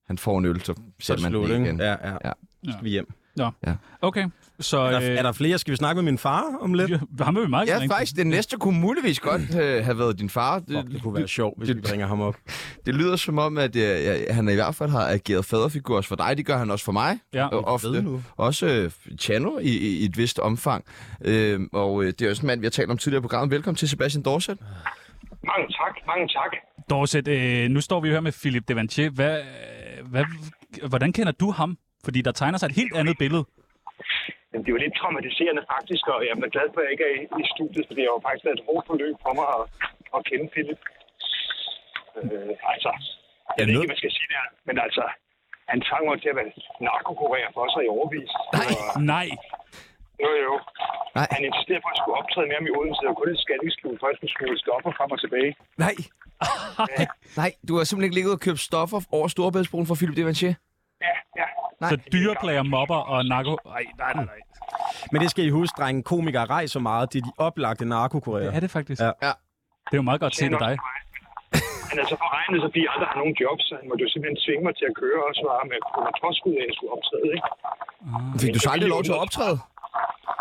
[SPEAKER 2] han får en øl, så sætter man
[SPEAKER 6] slut,
[SPEAKER 2] den
[SPEAKER 6] ikke?
[SPEAKER 2] igen.
[SPEAKER 6] Ja, ja.
[SPEAKER 2] ja.
[SPEAKER 6] Så skal vi hjem.
[SPEAKER 3] Nå.
[SPEAKER 2] Ja.
[SPEAKER 3] Okay, så...
[SPEAKER 6] Er der,
[SPEAKER 3] øh,
[SPEAKER 6] er der flere? Skal vi snakke med min far om lidt?
[SPEAKER 3] Ja, ham vil vi meget
[SPEAKER 2] Ja,
[SPEAKER 3] gerne ringe til.
[SPEAKER 2] faktisk, den næste kunne muligvis godt øh, have været din far. Det,
[SPEAKER 6] Det kunne være sjovt, hvis vi ringer ham op.
[SPEAKER 2] det lyder som om, at øh, ja, han i hvert fald har ageret faderfigur også for dig. Det gør han også for mig.
[SPEAKER 3] Ja.
[SPEAKER 2] og
[SPEAKER 6] ved
[SPEAKER 2] ofte.
[SPEAKER 6] nu.
[SPEAKER 2] Også øh, Chano i, i, i et vist omfang. Øh, og øh, det er også en mand, vi har talt om tidligere i programmet. Velkommen til Sebastian Dorset.
[SPEAKER 12] Mange tak, mange tak.
[SPEAKER 3] Dorset, øh, nu står vi jo her med Philip Devanché. Hvad, øh, hvad, hvordan kender du ham? Fordi der tegner sig et helt andet billede.
[SPEAKER 13] Jamen, det er jo lidt traumatiserende faktisk, og jeg er glad for, at jeg ikke er i studiet, for det har jo faktisk været et hårdt forløb for mig at, at kende Philip. Øh, altså, jeg ved ikke, hvad man skal sige der, men altså, han tvang mig til at være narkokurér for sig i overvis.
[SPEAKER 3] Nej.
[SPEAKER 13] Jo, jo. Nej. Han insisterede på, at jeg skulle optræde med ham i Odense, og kun et skattingskjul, for at jeg skulle smule stoffer frem og tilbage.
[SPEAKER 2] Nej. Nej, du har simpelthen ikke ligget og købt stoffer over Storebæltsbroen fra Philip Devanché.
[SPEAKER 13] Ja, ja.
[SPEAKER 3] Nej. Så dyreplager, mobber og narko... Ej, nej, nej, nej.
[SPEAKER 6] Men det skal I huske, drenge. Komikere rejser meget. Det er de oplagte narkokurerer.
[SPEAKER 3] Det er det faktisk.
[SPEAKER 6] Ja.
[SPEAKER 2] ja.
[SPEAKER 3] Det er jo meget godt set af dig.
[SPEAKER 13] Han er så forregnet, så fordi andre har nogle jobs, så han måtte jo simpelthen tvinge mig til at køre og svare med under påskud, af, at jeg skulle optræde, ikke?
[SPEAKER 2] Fik du så aldrig lov til at optræde?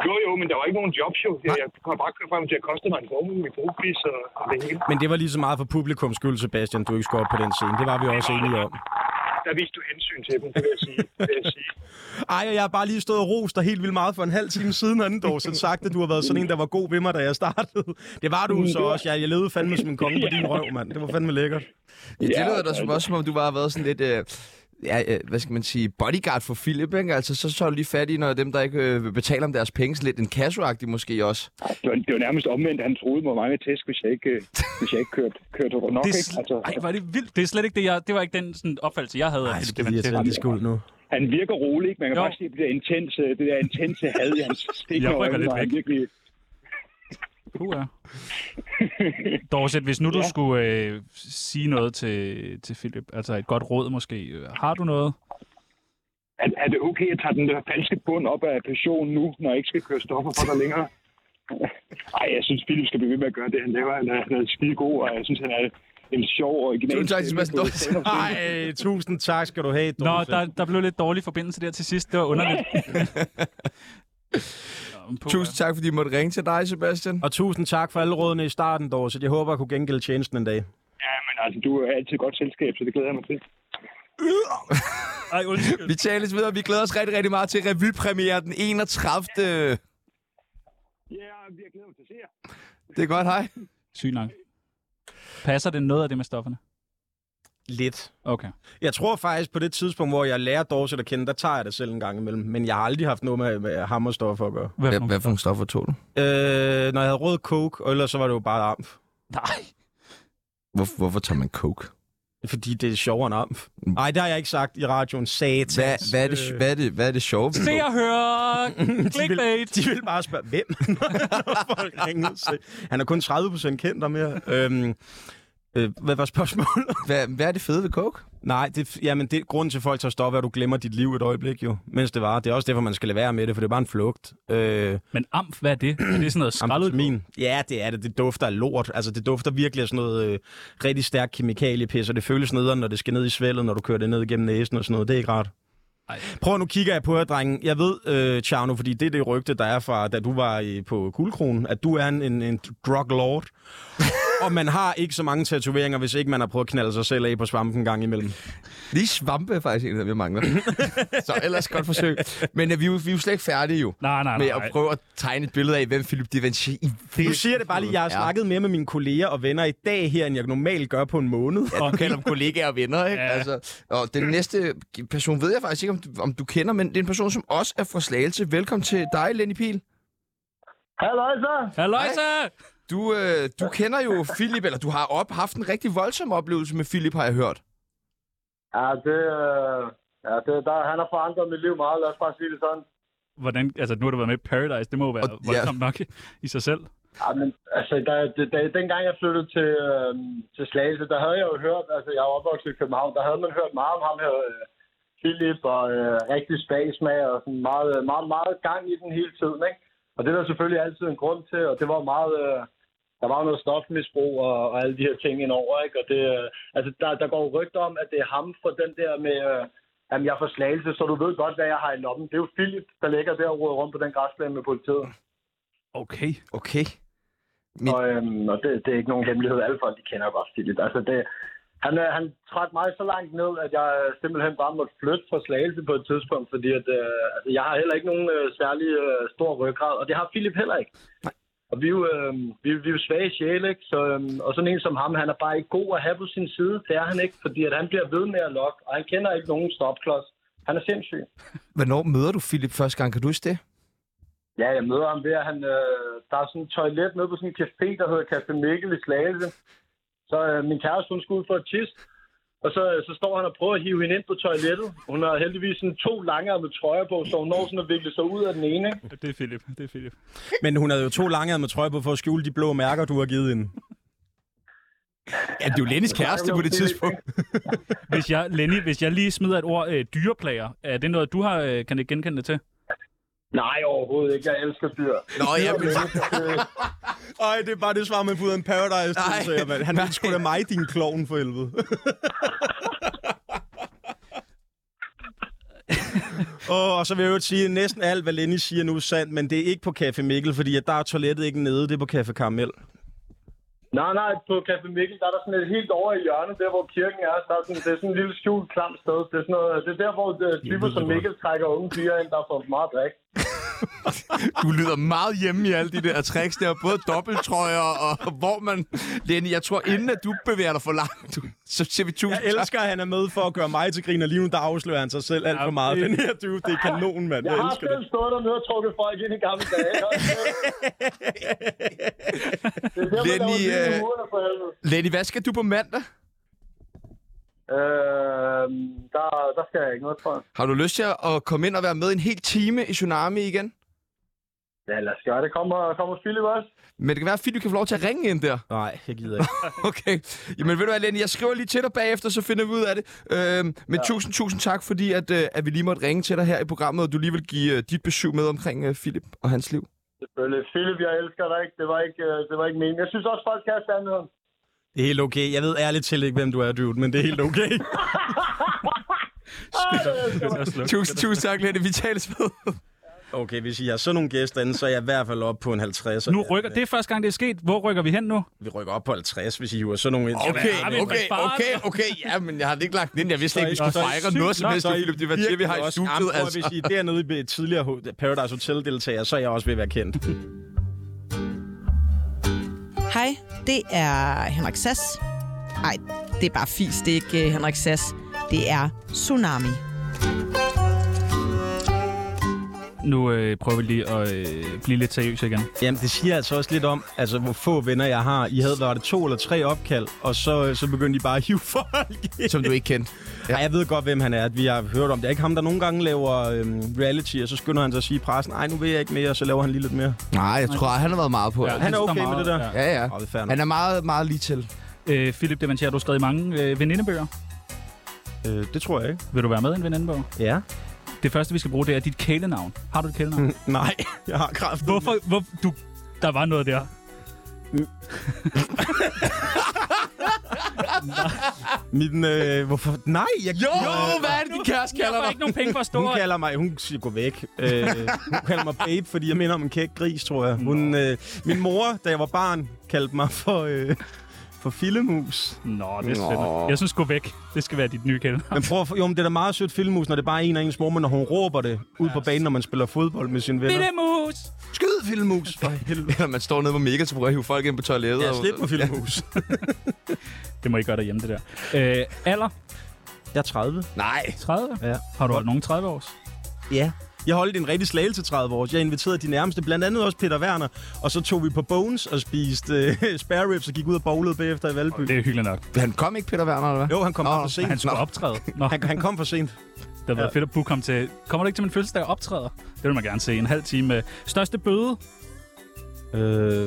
[SPEAKER 13] Jo, jo, men der var ikke nogen jobs, jo. Jeg, jeg kunne bare køre frem til, at det kostede mig en formue i brugpris og, og det hele.
[SPEAKER 6] Men det var lige så meget for publikums skyld, Sebastian, du ikke skulle op på den scene. Det var vi også enige om.
[SPEAKER 13] Der viste du hensyn til dem, det vil jeg sige. Det vil jeg sige.
[SPEAKER 6] Ej, og jeg har bare lige stået og rost dig helt vildt meget for en halv time siden, anden dog, så sagt, at du har været sådan en, der var god ved mig, da jeg startede. Det var du så også. Jeg, jeg levede fandme som en konge på din røv, mand. Det var fandme lækkert.
[SPEAKER 2] Ja, det lyder da som også, som om du bare har været sådan lidt... Øh, ja, øh, hvad skal man sige, bodyguard for Philip, ikke? Altså, så så er du lige fat i, når dem, der ikke øh, vil betale om deres penge, så lidt en kassoagtig måske også.
[SPEAKER 12] Det var, det var nærmest omvendt, at han troede mig mange tæsk, hvis jeg ikke, øh, hvis jeg ikke kørte, kørte rundt nok.
[SPEAKER 3] Det er
[SPEAKER 12] Ikke?
[SPEAKER 3] sl-
[SPEAKER 12] Altså,
[SPEAKER 3] Ej, var det vildt. Det er slet ikke det, jeg... Det var ikke den sådan, opfattelse, jeg havde af Philip
[SPEAKER 6] irriterende.
[SPEAKER 3] Devanché.
[SPEAKER 6] Skål nu.
[SPEAKER 12] han virker rolig, ikke? Man kan
[SPEAKER 3] Jo.
[SPEAKER 12] jo. bare øh, se det der intense, det der intense had i hans stikkende
[SPEAKER 3] Jeg rykker lidt
[SPEAKER 12] og han
[SPEAKER 3] væk.
[SPEAKER 12] virkelig...
[SPEAKER 3] Puh, ja. Dorset, hvis nu du
[SPEAKER 12] Ja.
[SPEAKER 3] skulle øh, sige noget til, til Philip, altså et godt råd måske, øh, har du noget?
[SPEAKER 12] Er, er det okay, at jeg tager den der falske bund op af passion nu, når jeg ikke skal køre stoffer for dig længere? Nej, jeg synes, Philip skal blive ved med at gøre det, han laver. Han er, han er skide god, og jeg synes, han er en sjov og original.
[SPEAKER 6] Nej, tusind tak skal du have,
[SPEAKER 3] Nå, der, der blev lidt dårlig forbindelse der til sidst. Det var underligt.
[SPEAKER 2] Tusind tak, fordi jeg måtte ringe til dig, Sebastian.
[SPEAKER 6] Og tusind tak for alle rådene i starten, Dorset. Jeg håber, jeg kunne gengælde tjenesten en dag.
[SPEAKER 12] Ja, men altså, du er altid et godt selskab, så det glæder jeg mig til.
[SPEAKER 3] Ej, undskyld.
[SPEAKER 2] Vi tales videre. Vi glæder os rigtig, rigtig meget til revypremiere den 31.
[SPEAKER 12] Ja, jeg glæder mig til at se jer.
[SPEAKER 2] Det er godt, hej.
[SPEAKER 3] Sygt nok. Passer det noget af det med stofferne?
[SPEAKER 6] Lidt.
[SPEAKER 3] Okay.
[SPEAKER 6] Jeg tror faktisk, på det tidspunkt, hvor jeg lærer Dorset at kende, der tager jeg det selv en gang imellem. Men jeg har aldrig haft noget med, med hammerstoffer at gøre.
[SPEAKER 3] Hvad for nogle
[SPEAKER 2] Hvad for nogle stoffer tog du?
[SPEAKER 6] Øh, når jeg havde rød coke, og ellers så var det jo bare amf.
[SPEAKER 3] Nej.
[SPEAKER 2] Hvor, hvorfor tager man coke?
[SPEAKER 6] Fordi det er sjovere end amf. Nej, det har jeg ikke sagt i radioen. Satans.
[SPEAKER 2] Hvad, hvad, er, det, hvad, er, det, hvad er det sjove? ved
[SPEAKER 3] Se
[SPEAKER 2] coke?
[SPEAKER 3] og høre!
[SPEAKER 6] de, vil,
[SPEAKER 3] Clickbait!
[SPEAKER 6] de vil bare spørge, hvem? Når folk ringer, så- Han er kun 30% kendt og mere. Øhm, øh, hvad var spørgsmålet?
[SPEAKER 2] Hvad, hvad er det fede ved coke?
[SPEAKER 6] Nej, det, jamen det, grunden til, at folk tager stop, er, at du glemmer dit liv et øjeblik, jo, mens det var. Det er også derfor, man skal lade være med det, for det er bare en flugt. Øh,
[SPEAKER 3] Men amf, hvad er det? Er det sådan noget skraldet?
[SPEAKER 6] Amfetamin. Ja, det er det. Det dufter af lort. Altså, det dufter virkelig af sådan noget øh, rigtig stærk kemikaliepis, og det føles nederen, når det skal ned i svældet, når du kører det ned igennem næsen og sådan noget. Det er ikke rart.
[SPEAKER 3] Ej.
[SPEAKER 6] Prøv nu kigger jeg på jer, drengen. Jeg ved, øh, Tjerno, fordi det er det rygte, der er fra, da du var i, på Guldkronen, at du er en, en, en drug lord. og man har ikke så mange tatoveringer, hvis ikke man har prøvet at knalde sig selv af på svampen en gang imellem.
[SPEAKER 2] Lige svampe er faktisk en af dem, jeg mangler. så ellers godt forsøg. Men øh, vi, er jo- vi er jo slet ikke færdige jo.
[SPEAKER 3] Nej, nej,
[SPEAKER 2] Med
[SPEAKER 3] nej.
[SPEAKER 2] at prøve at tegne et billede af, hvem Philip de Vinci i
[SPEAKER 6] Du siger det bare lige, jeg har
[SPEAKER 2] Ja.
[SPEAKER 6] snakket mere med mine kolleger og venner i dag her, end jeg normalt gør på en måned.
[SPEAKER 2] Ja, du kalder dem kollegaer og venner, ikke?
[SPEAKER 3] Ja.
[SPEAKER 2] Ja. Altså, og den næste person ved jeg faktisk ikke, om du, om du kender, men det er en person, som også er fra Slagelse. Velkommen til dig, Lenny Pil.
[SPEAKER 13] Hallo, så.
[SPEAKER 3] Halløjsa!
[SPEAKER 2] Du, øh, du kender jo Philip, eller du har op, haft en rigtig voldsom oplevelse med Philip, har jeg hørt.
[SPEAKER 13] Ja, det, øh, ja, det, der, han har forandret mit liv meget, lad os bare sige det sådan.
[SPEAKER 3] Hvordan, altså, nu har du været med i Paradise. Det må jo være
[SPEAKER 2] Og- ja.
[SPEAKER 3] voldsomt nok i sig selv.
[SPEAKER 13] Ja, men altså, da, da, da, dengang jeg flyttede til, øh, til Slagelse, der havde jeg jo hørt, altså jeg er opvokset i København, der havde man hørt meget om ham her, øh, Philip, og øh, rigtig spagsmag, og sådan meget, øh, meget, meget gang i den hele tiden, ikke? Og det er der selvfølgelig altid en grund til, og det var meget, øh, der var jo noget stofmisbrug og, og alle de her ting indover, ikke? Og det, øh, altså, der, der går jo rygter om, at det er ham for den der med, øh, jamen jeg er for Slagelse, så du ved godt, hvad jeg har i lommen. Det er jo Philip, der ligger der og roder rundt på den græsplæne med politiet.
[SPEAKER 3] Okay.
[SPEAKER 2] Okay.
[SPEAKER 13] Men... Og, øhm, og det, det er ikke nogen hemmelighed. Alle folk, de kender godt Philip. Altså, det, han, øh, han trak mig så langt ned, at jeg øh, simpelthen bare måtte flytte fra Slagelse på et tidspunkt, fordi at, øh, altså, jeg har heller ikke nogen øh, særlig øh, stor ryggrad, og det har Philip heller ikke. Og vi er jo, øh, vi, vi er jo svage sjæle, ikke? Så, øh, og sådan en som ham, han er bare ikke god at have på sin side. Det er han ikke, fordi at han bliver ved med at lokke, og han kender ikke nogen stopklods. Han er sindssyg.
[SPEAKER 2] Hvornår møder du Philip første gang? Kan du huske det?
[SPEAKER 13] Ja, jeg møder ham ved, at han, øh, der er sådan et toilet nede på sådan en café, der hedder Café Mikkel i Slagelse. Så øh, min kæreste, hun skulle ud for et tis, og så, så står han og prøver at hive hende ind på toilettet. Hun har heldigvis sådan to langarmede trøjer på, så hun når sådan at vikle sig ud af den ene. ikke?
[SPEAKER 3] Det er Philip. Det er Philip.
[SPEAKER 6] Men hun havde jo to lange med trøje på for at skjule de blå mærker, du har givet hende.
[SPEAKER 2] Ja, det er jo Lennys kæreste på det tidspunkt.
[SPEAKER 3] Hvis jeg, Lenny, hvis jeg lige smider et ord, øh, dyreplager, er det noget, du har, øh, kan det genkende det til?
[SPEAKER 13] Nej, overhovedet ikke. Jeg elsker dyr.
[SPEAKER 2] Nå ja, men...
[SPEAKER 6] Ej, det er bare det svar, man får ud af en paradise. Nej, siger, man. Han ville sgu da mig, din klovn for helvede. oh, og så vil jeg jo sige, at næsten alt, hvad Lenny siger nu, er sandt, men det er ikke på Café Mikkel, fordi at der er toilettet ikke nede, det er på Café Karamel.
[SPEAKER 13] Nej, nej, på Café Mikkel, der er der sådan et helt over i hjørnet, der hvor kirken er. Der er sådan, det er sådan et lille skjult klamt sted. Det er, sådan noget, det er der, hvor øh, typer som Mikkel trækker unge piger ind, der får for meget drik.
[SPEAKER 2] Du lyder meget hjemme i alle de der tricks der, både dobbelttrøjer og hvor man... Lenny, jeg tror, inden at du bevæger dig for langt, du- så siger vi tusind
[SPEAKER 6] Jeg elsker, at han er med for at gøre mig til grin, og lige nu der afslører han sig selv alt for meget. Den her dude, det er kanon, mand.
[SPEAKER 13] Jeg
[SPEAKER 6] Jeg
[SPEAKER 13] har
[SPEAKER 6] elsker det.
[SPEAKER 13] selv stået dernede og trukket folk ind i gamle dage.
[SPEAKER 2] Lenny, øh,
[SPEAKER 13] øh...
[SPEAKER 2] Lenny, hvad skal du på mandag?
[SPEAKER 13] Øh, der, der skal jeg ikke noget, tror jeg.
[SPEAKER 2] Har du lyst til at komme ind og være med en hel time i Tsunami igen?
[SPEAKER 14] Ja, lad os gøre det. Kommer, kommer Philip også?
[SPEAKER 2] Men det kan være, at Philip kan få lov til at ringe ind der.
[SPEAKER 6] Nej, jeg gider ikke.
[SPEAKER 2] okay. Jamen ved du hvad, Lenny, jeg skriver lige til dig bagefter, så finder vi ud af det. Øhm, men ja. tusind, tusind tak, fordi at, øh, at vi lige måtte ringe til dig her i programmet, og du lige vil give øh, dit besøg med omkring øh, Philip og hans liv.
[SPEAKER 14] Selvfølgelig. Philip, jeg elsker dig ikke. Det var ikke, øh, det var ikke meningen. Jeg synes også, folk kan have sandheden.
[SPEAKER 6] Det er helt okay. Jeg ved ærligt til ikke, hvem du er, dude, men det er helt okay.
[SPEAKER 2] tusind, tusind tak, Lenny. Vi tales ved.
[SPEAKER 6] Okay, hvis I har sådan nogle gæster inde, så er jeg i hvert fald oppe på en 50.
[SPEAKER 3] Nu rykker, det er første gang, det er sket. Hvor rykker vi hen nu?
[SPEAKER 6] Vi rykker op på 50, hvis I hiver sådan nogle ind.
[SPEAKER 2] Okay, okay, okay, okay, okay. Ja, men jeg har ikke lagt den ind. Jeg vidste ikke, vi skulle fejre noget som helst. Philip, det var det, vi har i studiet.
[SPEAKER 6] Altså. Hvis I er dernede i tidligere Paradise Hotel-deltager, så er jeg også ved at være kendt.
[SPEAKER 15] Hej, det er Henrik Sass. Nej, det er bare fis. Det er ikke øh, Henrik Sass. Det er Tsunami.
[SPEAKER 3] Nu øh, prøver vi lige at øh, blive lidt seriøs igen.
[SPEAKER 6] Jamen, det siger altså også lidt om, altså, hvor få venner jeg har. I havde, var det to eller tre opkald, og så, øh, så begyndte de bare at hive folk
[SPEAKER 2] Som du ikke kendte.
[SPEAKER 6] Ja. Ej, jeg ved godt, hvem han er. at Vi har hørt om det. Er ikke ham, der nogle gange laver øhm, reality, og så skynder han sig at sige i pressen, nej, nu vil jeg ikke mere, og så laver han lige lidt mere.
[SPEAKER 2] Nej, jeg tror, han har været meget på.
[SPEAKER 6] Ja, han er okay med det der.
[SPEAKER 2] Ja, ja.
[SPEAKER 6] Åh, det er fair nok.
[SPEAKER 2] Han er meget, meget lige til.
[SPEAKER 3] Øh, Philip Devantier, du har skrevet mange øh, venindebøger.
[SPEAKER 6] Øh, det tror jeg ikke.
[SPEAKER 3] Vil du være med i en venindebog?
[SPEAKER 6] Ja.
[SPEAKER 3] Det første, vi skal bruge, det er dit kælenavn. Har du et kælenavn?
[SPEAKER 6] Nej, jeg har kraft.
[SPEAKER 3] Hvorfor? Hvor, du, der var noget der.
[SPEAKER 6] Min, øh, hvorfor? Nej, jeg...
[SPEAKER 2] Jo, hvad er det, din kæreste
[SPEAKER 3] Jeg
[SPEAKER 2] kalder
[SPEAKER 3] får
[SPEAKER 2] dig?
[SPEAKER 3] ikke nogen penge for at stå
[SPEAKER 6] Hun
[SPEAKER 3] og-
[SPEAKER 6] kalder mig, hun siger, gå væk. Øh, hun kalder mig babe, fordi jeg minder om en kæk gris, tror jeg. Hun, øh, min mor, da jeg var barn, kaldte mig for, øh, for fillemus.
[SPEAKER 3] Nå, det er sødt. Jeg synes, gå væk. Det skal være dit nye kælenavn.
[SPEAKER 6] Men prøv at, jo, men det er da meget sødt fillemus, når det bare er en af ens mor, men når hun råber det ud på banen, når man spiller fodbold med sine venner.
[SPEAKER 3] Fillemus!
[SPEAKER 2] Skyd, Fillemus! For helvede. Eller man står nede på Mega, så prøver at hive folk ind på toilettet.
[SPEAKER 6] Ja,
[SPEAKER 2] og-
[SPEAKER 6] slip mig, fillemus.
[SPEAKER 3] Det må I gøre derhjemme, det der. Øh, alder?
[SPEAKER 6] Jeg er 30.
[SPEAKER 2] Nej.
[SPEAKER 3] 30?
[SPEAKER 6] Ja.
[SPEAKER 3] Har du holdt nogen 30 års?
[SPEAKER 6] Ja. Jeg holdt en rigtig slagelse 30 år. Jeg inviterede de nærmeste, blandt andet også Peter Werner. Og så tog vi på Bones og spiste øh, spare ribs og gik ud og bowlede bagefter i Valby.
[SPEAKER 3] Det er hyggeligt nok.
[SPEAKER 2] Han kom ikke, Peter Werner, eller hvad?
[SPEAKER 6] Jo, han kom bare for sent.
[SPEAKER 3] Han skulle optræde. Nå.
[SPEAKER 6] Han, han kom for sent.
[SPEAKER 3] Det havde været
[SPEAKER 6] Ja.
[SPEAKER 3] fedt at booke ham til. Kommer du ikke til min fødselsdag og optræder? Det vil man gerne se. En halv time. Største bøde?
[SPEAKER 6] Øh,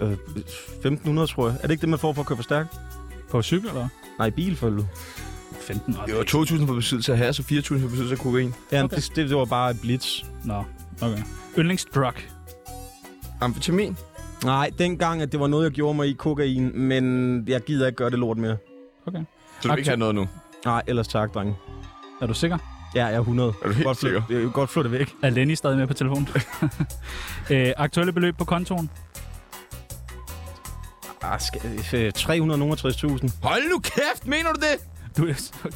[SPEAKER 6] øh, 1500, tror jeg. Er det ikke det, man får for at køre for stærkt?
[SPEAKER 3] På cykel, eller?
[SPEAKER 6] Nej, bil, følger du.
[SPEAKER 3] 15.
[SPEAKER 2] Det var 2.000 for besiddelse af hash og 4.000 for besiddelse af kokain.
[SPEAKER 6] Ja, okay. det, det, det, var bare et blitz.
[SPEAKER 3] Nå, okay. Yndlingsdrug?
[SPEAKER 2] Amfetamin?
[SPEAKER 6] Nej, dengang, at det var noget, jeg gjorde mig i kokain, men jeg gider ikke gøre det lort mere.
[SPEAKER 3] Okay.
[SPEAKER 2] Så du vil ikke have noget nu?
[SPEAKER 6] Nej, ellers tak, drenge.
[SPEAKER 3] Er du sikker?
[SPEAKER 6] Ja, jeg er 100.
[SPEAKER 2] Er du helt
[SPEAKER 6] godt
[SPEAKER 2] sikker?
[SPEAKER 6] Flyt, godt flytte væk.
[SPEAKER 3] Er Lenny stadig med på telefonen? øh, aktuelle beløb på kontoen?
[SPEAKER 6] Ah, skal, øh, 360.000.
[SPEAKER 2] Hold nu kæft, mener du det?
[SPEAKER 3] Du,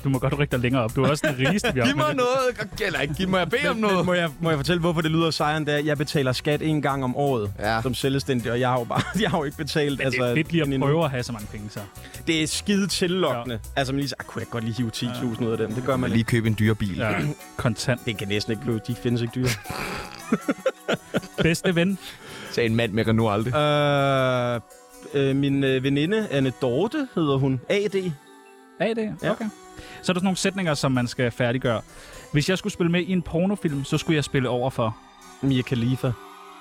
[SPEAKER 3] du må godt rykke dig længere op. Du er også den rigeste, vi har.
[SPEAKER 2] Giv mig noget. Eller ikke, giv mig, jeg beder om noget.
[SPEAKER 6] Må jeg, må jeg fortælle, hvorfor det lyder sejren, da jeg betaler skat en gang om året ja. som selvstændig, og jeg har jo, bare, jeg har jo ikke betalt.
[SPEAKER 3] Altså, det er fedt lige at
[SPEAKER 6] endnu.
[SPEAKER 3] prøve at have så mange penge, så.
[SPEAKER 6] Det er skide tillokkende. Ja. Altså, man lige siger, "Ah, kunne jeg godt lige hive 10.000 ud af dem. Det gør man
[SPEAKER 2] Lige købe en dyre bil.
[SPEAKER 3] Ja. Kontant.
[SPEAKER 6] Det kan næsten ikke blive. De findes ikke dyre.
[SPEAKER 3] Bedste ven?
[SPEAKER 2] Sagde en mand med Renault aldrig.
[SPEAKER 6] øh, øh, min øh, veninde, Anne Dorte, hedder hun. AD.
[SPEAKER 3] AD? Ja. Okay. Så er der sådan nogle sætninger, som man skal færdiggøre. Hvis jeg skulle spille med i en pornofilm, så skulle jeg spille over for...
[SPEAKER 6] Mia Khalifa.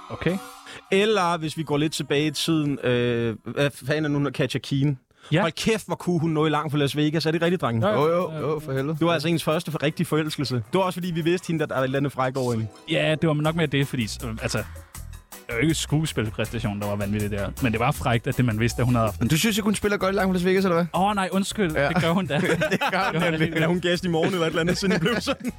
[SPEAKER 3] Okay.
[SPEAKER 6] Eller, hvis vi går lidt tilbage i tiden, øh, hvad fanden er nu, når Katja Keen?
[SPEAKER 3] Ja.
[SPEAKER 6] Hold kæft, hvor kunne hun nå i langt fra Las Vegas. Er det rigtigt, drengen?
[SPEAKER 3] Ja, ja. Jo,
[SPEAKER 2] jo, for helvede.
[SPEAKER 6] Det var altså ens første rigtige forelskelse. Det var også, fordi vi vidste hende, at der er et eller andet fræk over hende.
[SPEAKER 3] Ja, det var nok mere det, fordi... øh, Altså, det var jo ikke skuespilpræstation, der var vanvittigt der. Men det var frægt, at det man vidste, at hun havde haft.
[SPEAKER 2] Men du synes ikke, hun spiller godt i langt på Las Vegas, eller hvad?
[SPEAKER 3] Åh oh, nej, undskyld. Ja. Det gør hun da. det gør hun
[SPEAKER 6] nemlig. Er hun gæst i morgen eller et eller andet, siden det blev sådan?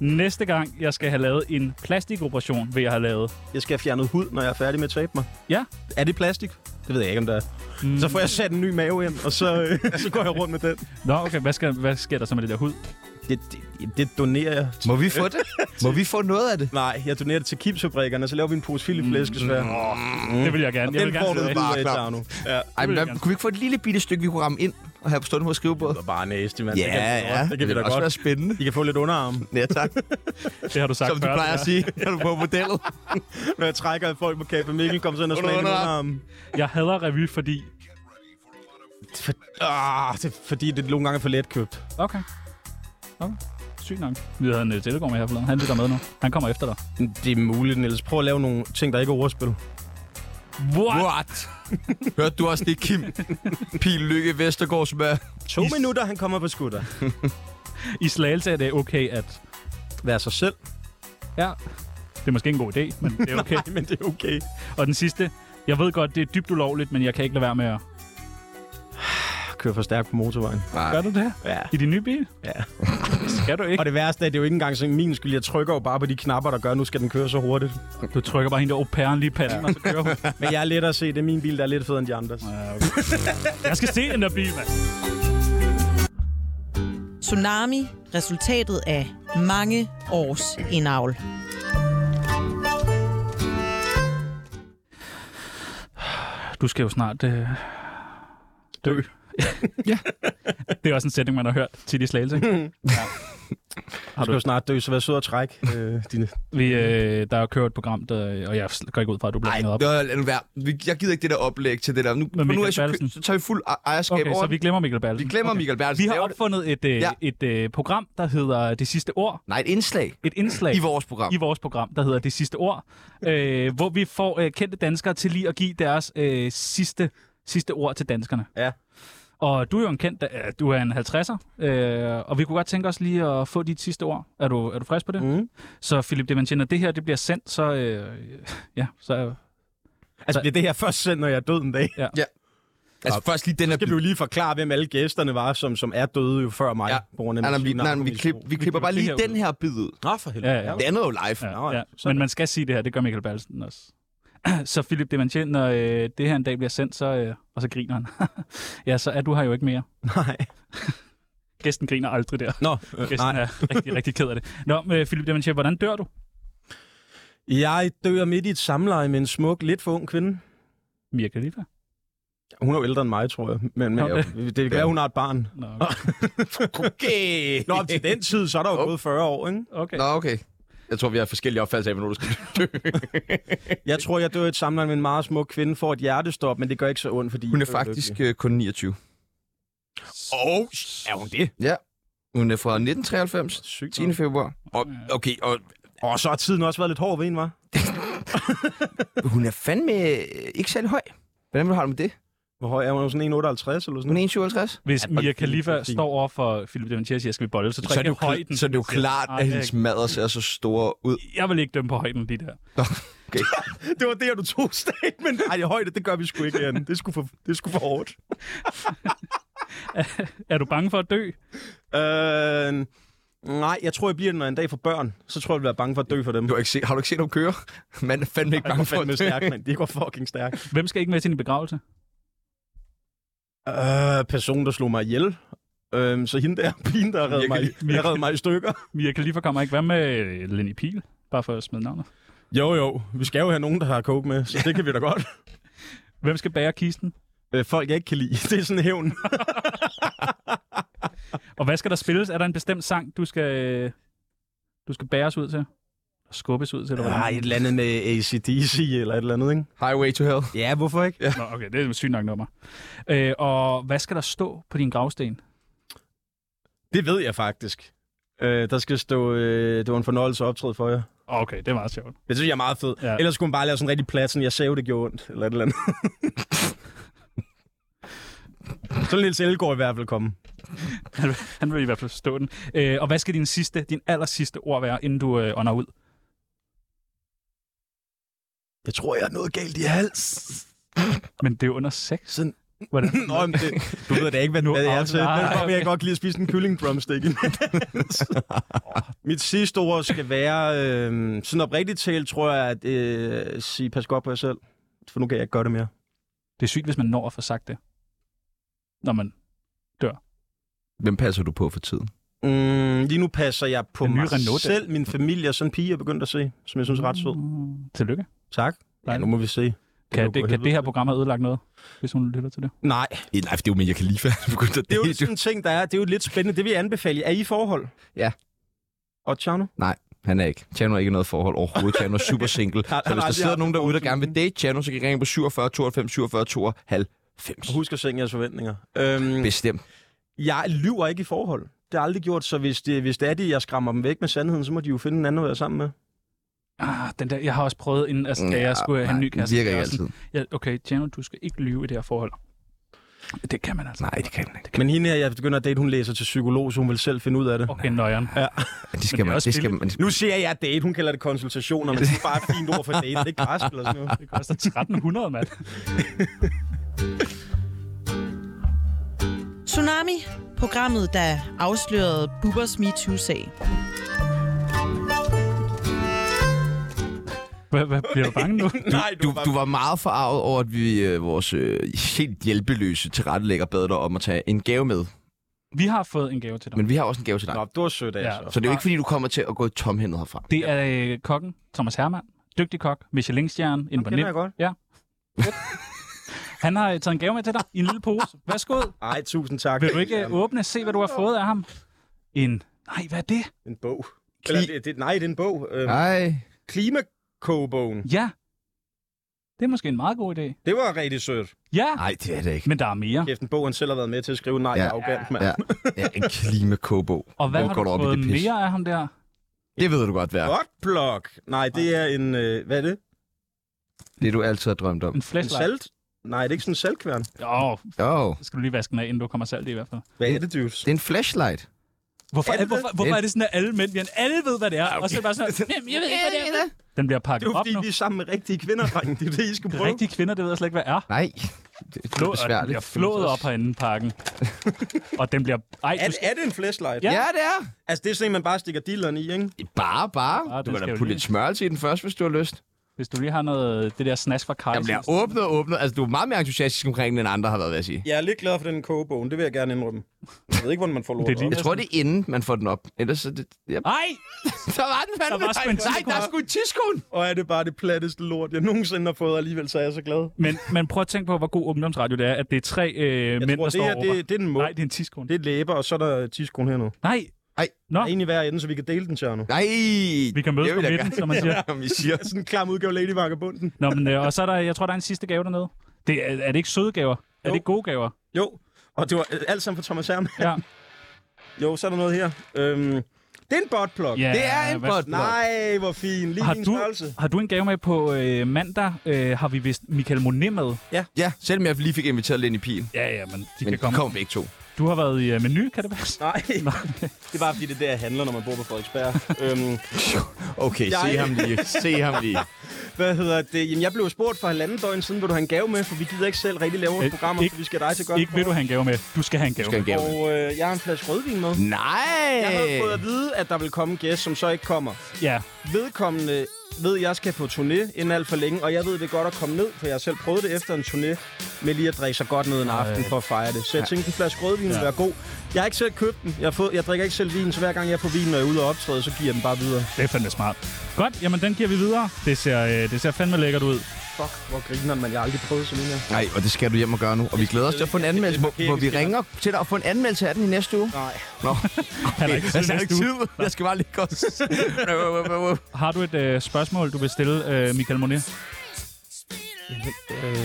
[SPEAKER 3] Næste gang, jeg skal have lavet en plastikoperation, vil jeg have lavet.
[SPEAKER 6] Jeg skal have fjernet hud, når jeg er færdig med at tabe mig.
[SPEAKER 3] Ja.
[SPEAKER 6] Er det plastik? Det ved jeg ikke, om det er. Mm. Så får jeg sat en ny mave ind, og så, øh, så går jeg rundt med den.
[SPEAKER 3] Nå, okay. Hvad, skal, hvad sker der så med det der hud?
[SPEAKER 6] Det, det, det donerer jeg.
[SPEAKER 2] Må vi få det? Må vi få noget af det?
[SPEAKER 6] Nej, jeg donerer det til kipsfabrikkerne, og så laver vi en pose filiflæskesvær. Mm.
[SPEAKER 3] Det vil jeg gerne. Jeg
[SPEAKER 6] Den
[SPEAKER 3] vil gerne
[SPEAKER 6] får du øh,
[SPEAKER 3] sidde af.
[SPEAKER 6] bare
[SPEAKER 2] Bare
[SPEAKER 6] klar. Ja.
[SPEAKER 2] Ej, men der, kunne vi ikke få et lille bitte stykke, vi kunne ramme ind og have på stående på skrivebordet?
[SPEAKER 6] Det er bare næste, mand.
[SPEAKER 2] Ja,
[SPEAKER 6] det kan, vi da
[SPEAKER 2] ja.
[SPEAKER 6] godt. Det kan vi da
[SPEAKER 2] også være
[SPEAKER 6] godt.
[SPEAKER 2] spændende.
[SPEAKER 6] I kan få lidt underarm,
[SPEAKER 2] Ja, tak.
[SPEAKER 3] Det har du sagt
[SPEAKER 2] Som du
[SPEAKER 3] før,
[SPEAKER 2] plejer
[SPEAKER 3] det
[SPEAKER 2] at
[SPEAKER 3] der.
[SPEAKER 2] sige, når du er på modellet.
[SPEAKER 6] når jeg trækker at folk på Kæbe Mikkel. Kom så ind og smag
[SPEAKER 2] Under-
[SPEAKER 6] min
[SPEAKER 2] underarm.
[SPEAKER 6] underarm.
[SPEAKER 3] Jeg hader revy, fordi...
[SPEAKER 6] For, ah, det er fordi, det er nogle gange for let købt.
[SPEAKER 3] Okay. okay. sygt nok. Vi havde en uh, Telegram med her forleden. Han lytter med nu. Han kommer efter dig.
[SPEAKER 6] Det er muligt, Niels. Prøv at lave nogle ting, der ikke er ordspil.
[SPEAKER 3] What?
[SPEAKER 2] What? Hørte du også det, Kim? Pil Lykke Vestergaard, som er...
[SPEAKER 6] To Is... minutter, han kommer på skutter.
[SPEAKER 3] I Slagelse er det okay at...
[SPEAKER 6] Være sig selv.
[SPEAKER 3] Ja. Det er måske ikke en god idé, men det er okay.
[SPEAKER 6] Nej, men det er okay.
[SPEAKER 3] Og den sidste. Jeg ved godt, det er dybt ulovligt, men jeg kan ikke lade være med at...
[SPEAKER 6] Køre for stærkt på motorvejen.
[SPEAKER 3] Nej. Gør du det?
[SPEAKER 6] Ja.
[SPEAKER 3] I din nye bil?
[SPEAKER 6] Ja.
[SPEAKER 3] Skal du ikke?
[SPEAKER 6] Og det værste er, det er jo ikke engang sådan min skyld. Jeg trykker jo bare på de knapper, der gør, at nu skal den køre så hurtigt.
[SPEAKER 3] Du trykker bare hende der au pairen lige i panden, ja. og så kører hun.
[SPEAKER 6] Men jeg er let at se. Det er min bil, der er lidt federe end de andres.
[SPEAKER 3] Ja, okay. Jeg skal se den der bil, mand.
[SPEAKER 15] Tsunami, resultatet af mange års indavl.
[SPEAKER 3] Du skal jo snart øh, dø. ja. Det er også en sætning, man har hørt tit i Slagelse. ikke? ja.
[SPEAKER 6] Har du jo snart dø, så vær sød og træk øh, dine...
[SPEAKER 3] Vi, øh, der er jo kørt et program, der, og jeg går ikke ud fra, at du bliver
[SPEAKER 2] Nej,
[SPEAKER 3] hænget op.
[SPEAKER 2] lad nu være. Vi- Jeg gider ikke det der oplæg til det der. Nu, nu
[SPEAKER 3] Med Michael
[SPEAKER 2] er jeg,
[SPEAKER 3] Bertelsen.
[SPEAKER 2] så tager vi fuld ej- ejerskab
[SPEAKER 3] Okay,
[SPEAKER 2] over
[SPEAKER 3] så vi
[SPEAKER 2] den.
[SPEAKER 3] glemmer Michael Bertelsen.
[SPEAKER 2] Vi glemmer Michael Bertelsen.
[SPEAKER 3] Vi har
[SPEAKER 2] Det er jo-
[SPEAKER 3] opfundet et, øh,
[SPEAKER 2] Ja.
[SPEAKER 3] ja. et øh, program, der hedder Det Sidste Ord.
[SPEAKER 2] Nej, et indslag.
[SPEAKER 3] Et indslag.
[SPEAKER 2] I vores program.
[SPEAKER 3] I vores program, der hedder Det Sidste Ord. Øh, hvor vi får øh, kendte danskere til lige at give deres øh, sidste, sidste ord til danskerne.
[SPEAKER 6] Ja.
[SPEAKER 3] Og du er jo en kendt, da- øh, du er en 50'er, øh, og vi kunne godt tænke os lige at få dit sidste ord. Er du, er du frisk på det?
[SPEAKER 6] Mm.
[SPEAKER 3] Så Philip Devantier, når det her det bliver sendt, så, øh, ja, så øh,
[SPEAKER 6] Altså, bliver det her først sendt, når jeg er død en dag?
[SPEAKER 3] Ja.
[SPEAKER 2] ja. Altså, først lige den
[SPEAKER 6] Så
[SPEAKER 2] her...
[SPEAKER 6] skal vi jo lige forklare, hvem alle gæsterne var, som, som er døde jo før mig.
[SPEAKER 2] Ja.
[SPEAKER 6] på grund af
[SPEAKER 2] Nej, nej,
[SPEAKER 6] mit
[SPEAKER 2] vi, nej, vi,
[SPEAKER 6] narkomisbrug.
[SPEAKER 2] klip, vi klipper bare lige
[SPEAKER 3] det her
[SPEAKER 2] den her bid ud.
[SPEAKER 6] Nå, for helvede.
[SPEAKER 3] Ja, ja.
[SPEAKER 2] Det andet er jo live.
[SPEAKER 3] Ja,
[SPEAKER 6] Nå, ja.
[SPEAKER 3] ja. Men man skal sige det her, det gør Michael Bertelsen også. så Philip Demantier, når øh, det her en dag bliver sendt, så, øh, og så griner han. ja, så er du her jo ikke mere.
[SPEAKER 6] Nej.
[SPEAKER 3] Gæsten griner aldrig der.
[SPEAKER 6] Nå, øh,
[SPEAKER 3] Gæsten
[SPEAKER 6] nej.
[SPEAKER 3] er rigtig, rigtig ked af det. Nå, men, øh, Philip Demantier, hvordan dør du?
[SPEAKER 6] Jeg dør midt i et samleje med en smuk, lidt for ung kvinde.
[SPEAKER 3] Mia Khalifa.
[SPEAKER 6] Hun er jo ældre end mig, tror jeg. Men, men
[SPEAKER 3] Nå,
[SPEAKER 6] okay. det kan være, hun har et barn.
[SPEAKER 3] Nå, okay.
[SPEAKER 2] Okay.
[SPEAKER 6] Nå, men til den tid, så er der jo gået 40 år, ikke?
[SPEAKER 3] okay.
[SPEAKER 2] Nå, okay. Jeg tror, vi har forskellige opfattelser af, hvornår du skal dø.
[SPEAKER 6] Jeg tror, jeg dør i et samleje med en meget smuk kvinde, får et hjertestop, men det gør ikke så ondt, fordi...
[SPEAKER 2] Hun er
[SPEAKER 6] jeg
[SPEAKER 2] faktisk
[SPEAKER 6] lykkelig.
[SPEAKER 2] øh, kun 29.
[SPEAKER 6] Åh, oh, er hun det?
[SPEAKER 2] Ja. Hun er fra 1993, 10. februar. Og, okay, og
[SPEAKER 6] Og så har tiden også været lidt hård ved en, var.
[SPEAKER 2] hun er fandme øh, ikke særlig høj. Hvordan har du med det?
[SPEAKER 6] Hvor høj er hun? Er hun Sådan 1,58 eller sådan noget?
[SPEAKER 2] Hun er 1,57.
[SPEAKER 3] Hvis
[SPEAKER 6] Ja,
[SPEAKER 3] Mia
[SPEAKER 6] og-
[SPEAKER 3] Khalifa
[SPEAKER 6] fint.
[SPEAKER 3] står over for Philip Demantier og siger, skal vi bolle, så tror
[SPEAKER 2] Så er,
[SPEAKER 3] jeg
[SPEAKER 2] det jo,
[SPEAKER 3] ikke
[SPEAKER 2] kl-
[SPEAKER 3] højden.
[SPEAKER 2] så er det jo klart,
[SPEAKER 3] Nej,
[SPEAKER 2] at
[SPEAKER 3] det er
[SPEAKER 2] hendes
[SPEAKER 3] ikke.
[SPEAKER 2] madder ser så store ud.
[SPEAKER 3] Jeg vil ikke dømme på højden lige der.
[SPEAKER 2] Nå, Okay.
[SPEAKER 6] Det var det, her, du tog statement. Nej, det er højde, det gør vi sgu ikke, Jan. Det er sgu for, det er sgu for hårdt.
[SPEAKER 3] Er du bange for at dø?
[SPEAKER 6] Øh, nej, jeg tror, jeg bliver det, når jeg en dag får børn. Så tror jeg, jeg bliver bange for at dø for dem.
[SPEAKER 2] Du har, ikke set, har du ikke set ham køre? Mand er fandme ikke bange
[SPEAKER 6] går
[SPEAKER 2] for
[SPEAKER 6] fandme
[SPEAKER 2] det.
[SPEAKER 6] stærkt, mand. Det går fucking stærkt.
[SPEAKER 3] Hvem skal ikke med til din begravelse?
[SPEAKER 6] Øh, person, der slog mig ihjel. Øhm, så hende der, pigen, der redde mig, der redde mig i stykker.
[SPEAKER 3] Mia Khalifa kommer ikke. Hvad med øh, Lenny Pihl? Bare for at smide navnet.
[SPEAKER 6] Jo, jo. Vi skal jo have nogen, der har coke med, så det kan vi da godt.
[SPEAKER 3] Hvem skal bære kisten?
[SPEAKER 6] Øh, folk, jeg ikke kan lide. Det er sådan hævn.
[SPEAKER 3] Og hvad skal der spilles? Er der en bestemt sang, du skal, øh, du skal bæres ud til? Og skubbes ud til? Eller
[SPEAKER 6] Nej,
[SPEAKER 3] hvordan?
[SPEAKER 6] et eller andet med ACDC eller et eller andet, ikke?
[SPEAKER 2] Highway to hell.
[SPEAKER 6] Ja, hvorfor ikke?
[SPEAKER 3] Nå, okay, det er et sygt nok nummer. Øh, og hvad skal der stå på din gravsten?
[SPEAKER 6] Det ved jeg faktisk. Øh, der skal stå, øh, det var en fornøjelse at optræde for jer.
[SPEAKER 3] Okay, det er meget sjovt.
[SPEAKER 6] Det synes jeg er meget fedt.
[SPEAKER 3] Ja.
[SPEAKER 6] Ja. Ellers skulle man bare lave sådan rigtig plads, sådan, jeg sagde, det gjorde ondt, eller et eller andet. sådan Niels Ellegaard i hvert fald komme.
[SPEAKER 3] Han, han vil i hvert fald stå den. Øh, og hvad skal din sidste, din aller sidste ord være, inden du øh, ånder ud?
[SPEAKER 6] Jeg tror, jeg er noget galt i hals.
[SPEAKER 3] Men det er under sex.
[SPEAKER 6] Sådan. "Hmm,
[SPEAKER 3] Hvordan?
[SPEAKER 6] Nå, men det, du ved da ikke, hvad,
[SPEAKER 3] Nu-
[SPEAKER 6] hvad det er
[SPEAKER 3] Åh,
[SPEAKER 6] til.
[SPEAKER 3] nej,
[SPEAKER 6] Derfor vil jeg
[SPEAKER 3] okay.
[SPEAKER 6] godt lige at spise en kylling drumstick imens. Mit sidste ord skal være, øh, sådan oprigtigt talt, tror jeg, at øh, sige, pas godt på jer selv. For nu kan jeg ikke gøre det mere.
[SPEAKER 3] Det er sygt, hvis man når at få sagt det. Når man
[SPEAKER 2] Hvem passer du på for tiden?
[SPEAKER 6] Mm, lige nu passer jeg på
[SPEAKER 3] Den nye
[SPEAKER 6] mig
[SPEAKER 3] Renault, den.
[SPEAKER 6] selv, min familie og sådan en pige, jeg er begyndt at se, som jeg synes er ret sød.
[SPEAKER 3] Tillykke.
[SPEAKER 6] Tak. Ja, nu må vi se.
[SPEAKER 3] Kan det, kan det her program have ødelagt noget, hvis hun lytter til det?
[SPEAKER 6] Nej,
[SPEAKER 2] I live, det er jo Mia Khalifa. Du begyndte at
[SPEAKER 6] det er jo
[SPEAKER 2] date,
[SPEAKER 6] sådan en ting, der er. Det er jo lidt spændende. Det vil jeg anbefale. Er I i forhold?
[SPEAKER 2] Ja.
[SPEAKER 6] Og Tjerno?
[SPEAKER 2] Nej, han er ikke. Tjano er ikke i noget forhold overhovedet. Tjano er super single.
[SPEAKER 6] Han-
[SPEAKER 2] Så hvis
[SPEAKER 6] han har
[SPEAKER 2] der
[SPEAKER 6] aldrig
[SPEAKER 2] sidder
[SPEAKER 6] haft
[SPEAKER 2] nogen derude, der gerne vil date Tjano, så kan I ringe på 47 92 47 92 90.
[SPEAKER 6] Og husk at sænke jeres forventninger. Øhm,
[SPEAKER 2] Bestemt.
[SPEAKER 6] jeg lyver ikke i forhold. Det har aldrig gjort, så hvis det, hvis det er det, jeg skræmmer dem væk med sandheden, så må de jo finde en anden at være sammen med.
[SPEAKER 3] Ah, den der, jeg har også prøvet inden, altså, da
[SPEAKER 6] Ja,
[SPEAKER 3] jeg skulle have en ny
[SPEAKER 6] nej, den
[SPEAKER 3] kæreste.
[SPEAKER 6] virker
[SPEAKER 3] jeg var
[SPEAKER 6] ikke
[SPEAKER 3] sådan, Ja, okay, Tjerno, du skal ikke lyve i det her forhold. Det kan man altså.
[SPEAKER 2] Nej, det kan man
[SPEAKER 6] ikke. Men hende her, jeg begynder at date, hun læser til psykolog, så hun vil selv finde ud af det.
[SPEAKER 3] Okay, nøjeren.
[SPEAKER 6] Ja.
[SPEAKER 2] Det skal man, det skal man.
[SPEAKER 6] Nu siger jeg date, hun kalder det konsultationer, men det er bare et fint ord for date, det er ikke græs eller sådan noget.
[SPEAKER 3] Det koster 1300, mand.
[SPEAKER 15] Tsunami, programmet, der afslørede Bubbers MeToo-sag.
[SPEAKER 3] Hvad, hvad bliver du bange nu?
[SPEAKER 2] Nej, du, du, du var meget forarvet over, at vi øh, vores øh, helt hjælpeløse tilrettelægger bad dig om at tage en gave med.
[SPEAKER 3] Vi har fået en gave til dig.
[SPEAKER 2] Men vi har også en gave til dig. Nå,
[SPEAKER 6] det var sødt af
[SPEAKER 3] jer, så.
[SPEAKER 2] Så det er jo ikke, fordi du kommer til at gå tomhændet herfra.
[SPEAKER 3] Det er øh, kokken, Thomas Hermann. Dygtig kok, Michelin-stjerne. Ham
[SPEAKER 6] kender jeg godt.
[SPEAKER 3] Ja. Han har øh, taget en gave med til dig i en lille pose. Værsgo.
[SPEAKER 6] Ej, tusind tak.
[SPEAKER 3] Vil du ikke øh, åbne se, hvad du har fået af ham? En... Nej, hvad er det?
[SPEAKER 6] En bog. Eller, det, det, nej, det er en bog. Øhm,
[SPEAKER 2] nej.
[SPEAKER 6] Klimakogebogen.
[SPEAKER 3] Ja. Det er måske en meget god idé.
[SPEAKER 6] Det var rigtig sødt.
[SPEAKER 3] Ja.
[SPEAKER 2] Nej, det er det ikke.
[SPEAKER 3] Men der er mere.
[SPEAKER 6] Kæft, en bog, han selv har været med til at skrive. Nej,
[SPEAKER 2] Ja.
[SPEAKER 6] ja. arrogant, mand.
[SPEAKER 2] Ja, ja en klimakobo.
[SPEAKER 3] Og hvad
[SPEAKER 2] Hvor
[SPEAKER 3] har
[SPEAKER 2] går
[SPEAKER 3] du
[SPEAKER 2] op i
[SPEAKER 3] fået
[SPEAKER 2] det pis?
[SPEAKER 3] mere af ham der?
[SPEAKER 2] Det ved du godt, hvad er.
[SPEAKER 6] Godt blok. Nej, det er en... Øh, hvad er det?
[SPEAKER 2] Det du altid har drømt om.
[SPEAKER 3] En
[SPEAKER 6] En
[SPEAKER 3] flashlight?
[SPEAKER 6] salt? Nej, det er ikke sådan en saltkværn.
[SPEAKER 3] Jo,
[SPEAKER 2] Jo.
[SPEAKER 3] så skal du lige vaske den af, inden du kommer salt i, i hvert fald.
[SPEAKER 6] Hvad er det, dudes?
[SPEAKER 2] Det er en flashlight.
[SPEAKER 3] Hvorfor,
[SPEAKER 6] Er
[SPEAKER 3] er,
[SPEAKER 6] det
[SPEAKER 3] hvorfor,
[SPEAKER 6] det?
[SPEAKER 3] hvorfor er det sådan, at alle mænd, Jan, alle ved, hvad det er, og så er det bare sådan, "Jamen, jeg ved ikke, hvad det er. Den bliver
[SPEAKER 6] Det er
[SPEAKER 3] pakket
[SPEAKER 6] jo
[SPEAKER 3] op
[SPEAKER 6] fordi,
[SPEAKER 3] nu.
[SPEAKER 6] vi er sammen med rigtige kvinder, drenge. Det er det, I skal prøve.
[SPEAKER 3] Rigtige kvinder, det ved jeg slet ikke, hvad er.
[SPEAKER 2] Nej, det er
[SPEAKER 3] Flå, og den bliver flået op herinde i parken. og den bliver... Ej,
[SPEAKER 6] Er,
[SPEAKER 3] du
[SPEAKER 6] er det en flashlight?
[SPEAKER 3] Ja. Ja,
[SPEAKER 2] det er.
[SPEAKER 6] Altså, det er sådan en, man bare stikker dilleren i, ikke?
[SPEAKER 2] Bare, bare.
[SPEAKER 3] Bare,
[SPEAKER 2] Du
[SPEAKER 3] det
[SPEAKER 2] kan
[SPEAKER 3] skal
[SPEAKER 2] da
[SPEAKER 3] jo
[SPEAKER 2] putte
[SPEAKER 3] lige.
[SPEAKER 2] lidt smørelse i den først, hvis du har lyst.
[SPEAKER 3] Hvis du lige har noget, det der snask fra Kajs.
[SPEAKER 2] Den bliver åbnet og åbnet. Altså, du er meget mere entusiastisk omkring den, end andre har været, vil jeg sige.
[SPEAKER 6] Jeg er lidt glad for den kogebogen, det vil jeg gerne indrømme. Jeg ved ikke, hvordan man får lort
[SPEAKER 2] Det
[SPEAKER 6] op.
[SPEAKER 2] jeg
[SPEAKER 3] altså-
[SPEAKER 2] tror, det er inden, man får den op. Ellers er det... Yep.
[SPEAKER 3] Nej!
[SPEAKER 2] Så var den fandme.
[SPEAKER 3] var sgu
[SPEAKER 2] Nej,
[SPEAKER 3] en tidskone.
[SPEAKER 2] der er sgu en tidskone.
[SPEAKER 6] Og er det bare det platteste lort, jeg nogensinde har fået, og alligevel så er jeg så glad.
[SPEAKER 3] Men, men prøv at tænke på, hvor god ungdomsradio det er, at det er tre øh, mænd,
[SPEAKER 6] tror,
[SPEAKER 3] der
[SPEAKER 6] det
[SPEAKER 3] står
[SPEAKER 6] her,
[SPEAKER 3] over.
[SPEAKER 6] det, det er en mund.
[SPEAKER 3] Nej, Ah. det er en tiskone.
[SPEAKER 6] Det er læber, og så er der tiskron hernede.
[SPEAKER 3] Nej!
[SPEAKER 2] Nej,
[SPEAKER 3] Nå.
[SPEAKER 6] Der er en i hver ende, så vi kan dele den, Tjerno.
[SPEAKER 2] Nej!
[SPEAKER 3] Vi kan mødes
[SPEAKER 6] Det
[SPEAKER 3] på
[SPEAKER 6] vil jeg
[SPEAKER 3] midten,
[SPEAKER 6] gerne.
[SPEAKER 3] som man siger.
[SPEAKER 2] Om I siger.
[SPEAKER 6] Sådan en klam udgave Lady Vagabunden.
[SPEAKER 3] Nå, men, øh, og så er der, jeg tror, der er en sidste gave dernede. Det, er, er det ikke søde gaver? Er det ikke gode gaver?
[SPEAKER 6] Jo, og det var øh, alt sammen fra Thomas Hermann.
[SPEAKER 3] Ja.
[SPEAKER 6] Jo, så er der noget her. Øhm, det er en buttplug.
[SPEAKER 3] Ja, Det er en hvad- buttplug.
[SPEAKER 6] Nej, hvor fin. Lige
[SPEAKER 3] Har
[SPEAKER 6] din
[SPEAKER 3] du,
[SPEAKER 6] størrelse.
[SPEAKER 3] har du en gave med på øh, mandag? Øh, har vi vist Michael Monet med?
[SPEAKER 6] Ja.
[SPEAKER 2] Ja, selvom jeg lige fik inviteret Lenny Pihl.
[SPEAKER 3] Ja, ja, men de
[SPEAKER 2] Men
[SPEAKER 3] kan
[SPEAKER 2] de
[SPEAKER 3] komme.
[SPEAKER 2] kom væk to.
[SPEAKER 3] Du har været i øh, menu, kan det passe?
[SPEAKER 6] Nej. Det er bare fordi, det er der, jeg handler, når man bor på Frederiksberg. øhm,
[SPEAKER 2] Okay,
[SPEAKER 6] Jeg-
[SPEAKER 2] se ham lige. Se ham lige.
[SPEAKER 6] Hvad hedder det? Jamen, jeg blev spurgt for halvanden døgn siden, vil du have en gave med? For vi gider ikke selv rigtig lave vores programmer,
[SPEAKER 3] Øh, ikke-
[SPEAKER 6] for vi skal dig til godt.
[SPEAKER 3] Ikke vil du have en gave med. Du skal have en gave.
[SPEAKER 2] skal have en gave
[SPEAKER 6] Og øh, jeg har en flaske rødvin med.
[SPEAKER 2] Nej!
[SPEAKER 6] Jeg havde fået at vide, at der vil komme en gæst, som så ikke kommer.
[SPEAKER 3] Ja.
[SPEAKER 6] Vedkommende ved, at jeg skal på turné inden alt for længe, og jeg ved, det er godt at komme ned, for jeg har selv prøvet det efter en turné, med lige at drikke sig godt ned en aften for at fejre det. Så jeg tænkte, en flaske rødvin
[SPEAKER 3] Ja.
[SPEAKER 6] vil være god. Jeg har ikke selv købt den. Jeg, har fået, jeg drikker ikke selv vin, så hver gang jeg får vin, når jeg er ude og optræde, så giver jeg den bare videre.
[SPEAKER 3] Det er fandme smart. Godt, jamen den giver vi videre. Det ser, øh, det ser fandme lækkert ud.
[SPEAKER 6] Fuck, hvor griner man. Jeg har aldrig prøvet sådan en her.
[SPEAKER 2] Nej, og det skal du hjem og gøre nu. Og vi glæder os til at få en anmeldelse. Må, må vi ringer til dig og få en anmeldelse af den i næste uge?
[SPEAKER 6] Nej.
[SPEAKER 2] Nå,
[SPEAKER 3] Han er ikke tid
[SPEAKER 2] altså, jeg har
[SPEAKER 3] næste
[SPEAKER 2] ikke
[SPEAKER 3] uge.
[SPEAKER 2] tid. Jeg skal bare lige gå.
[SPEAKER 3] Har du et øh, spørgsmål, du vil stille øh, Michael Monet?
[SPEAKER 6] Øh,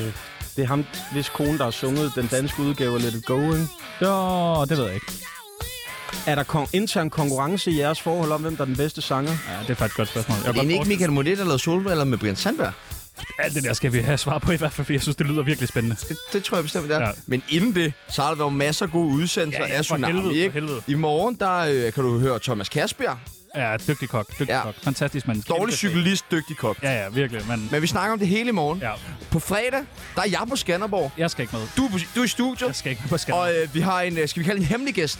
[SPEAKER 6] det er ham, hvis kone, der har sunget den danske udgave af Let It Go, ikke?
[SPEAKER 3] Jo, det ved jeg ikke.
[SPEAKER 6] Er der kon- intern konkurrence i jeres forhold om, hvem der er den bedste sanger?
[SPEAKER 3] Ja, det er faktisk et godt spørgsmål.
[SPEAKER 2] Er det egentlig ikke Michael Monet, der lavede solbriller med Brian Sandberg?
[SPEAKER 3] Alt det der skal vi have svar på i hvert fald, for jeg synes, det lyder virkelig spændende.
[SPEAKER 2] Det tror jeg bestemt, det er.
[SPEAKER 3] Ja.
[SPEAKER 2] Ja. Men inden det, så har der været masser af gode udsendelser
[SPEAKER 3] Ja, ja,
[SPEAKER 2] af
[SPEAKER 3] for
[SPEAKER 2] Tsunami.
[SPEAKER 3] helvede, for
[SPEAKER 2] ikke?
[SPEAKER 3] helvede.
[SPEAKER 2] I morgen, der øh, kan du høre Thomas Kasper.
[SPEAKER 3] Ja, dygtig kok, dygtig ja. kok. Fantastisk mand.
[SPEAKER 2] Dårlig cyklist, dygtig kok.
[SPEAKER 3] Ja, ja, virkelig. Men
[SPEAKER 2] Men vi snakker om det hele i morgen.
[SPEAKER 3] Ja.
[SPEAKER 2] På fredag, der er jeg på Skanderborg.
[SPEAKER 3] jeg skal ikke med.
[SPEAKER 2] Du, er på- du er i studiet.
[SPEAKER 3] Jeg skal ikke med på skat.
[SPEAKER 2] Og øh, vi har en, øh, skal vi kalde det en hemmelig gæst?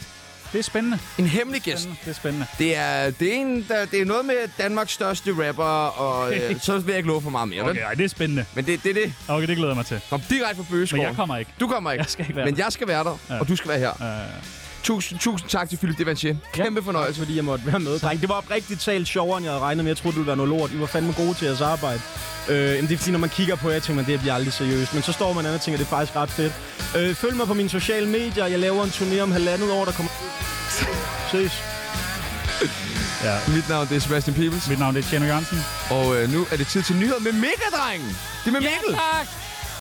[SPEAKER 3] Det er spændende.
[SPEAKER 2] En hemmelig gæst.
[SPEAKER 3] Det er spændende.
[SPEAKER 2] Det er, det, er en, der, det er noget med Danmarks største rapper, og øh, så vil jeg ikke love for meget mere. vel?
[SPEAKER 3] Okay, ej, det er spændende.
[SPEAKER 2] Men det, det er det.
[SPEAKER 3] Okay, det glæder jeg mig til.
[SPEAKER 2] Kom direkte fra
[SPEAKER 3] Men
[SPEAKER 2] Bøgeskoven.
[SPEAKER 3] jeg kommer ikke.
[SPEAKER 2] Du kommer ikke.
[SPEAKER 3] Jeg skal ikke være
[SPEAKER 2] Men
[SPEAKER 3] der.
[SPEAKER 2] jeg skal være der,
[SPEAKER 3] Ja.
[SPEAKER 2] og du skal være her.
[SPEAKER 3] Øh,
[SPEAKER 2] Tusind, tusind tak til Philip Devanchier. Kæmpe fornøjelse.
[SPEAKER 6] Fordi jeg måtte være med, dreng. Det var oprigtigt talt sjovere, end jeg havde regnet med. Jeg troede, det ville være noget lort. I var fandme gode til jeres arbejde. Øh, jamen, det er fordi, når man kigger på jer, tænker man, det bliver aldrig seriøst. Men så står man andet og tænker, det er faktisk ret fedt. Øh, følg mig på mine sociale medier. Jeg laver en turné om halvandet år, der kommer... Ses.
[SPEAKER 3] ja.
[SPEAKER 2] Mit navn det er Sebastian Peebles.
[SPEAKER 3] Mit navn det er Tjerno Jørgensen.
[SPEAKER 2] Og øh, nu er det tid til nyheder med Mega-drengen. Det er med Mikkel.
[SPEAKER 8] Tak.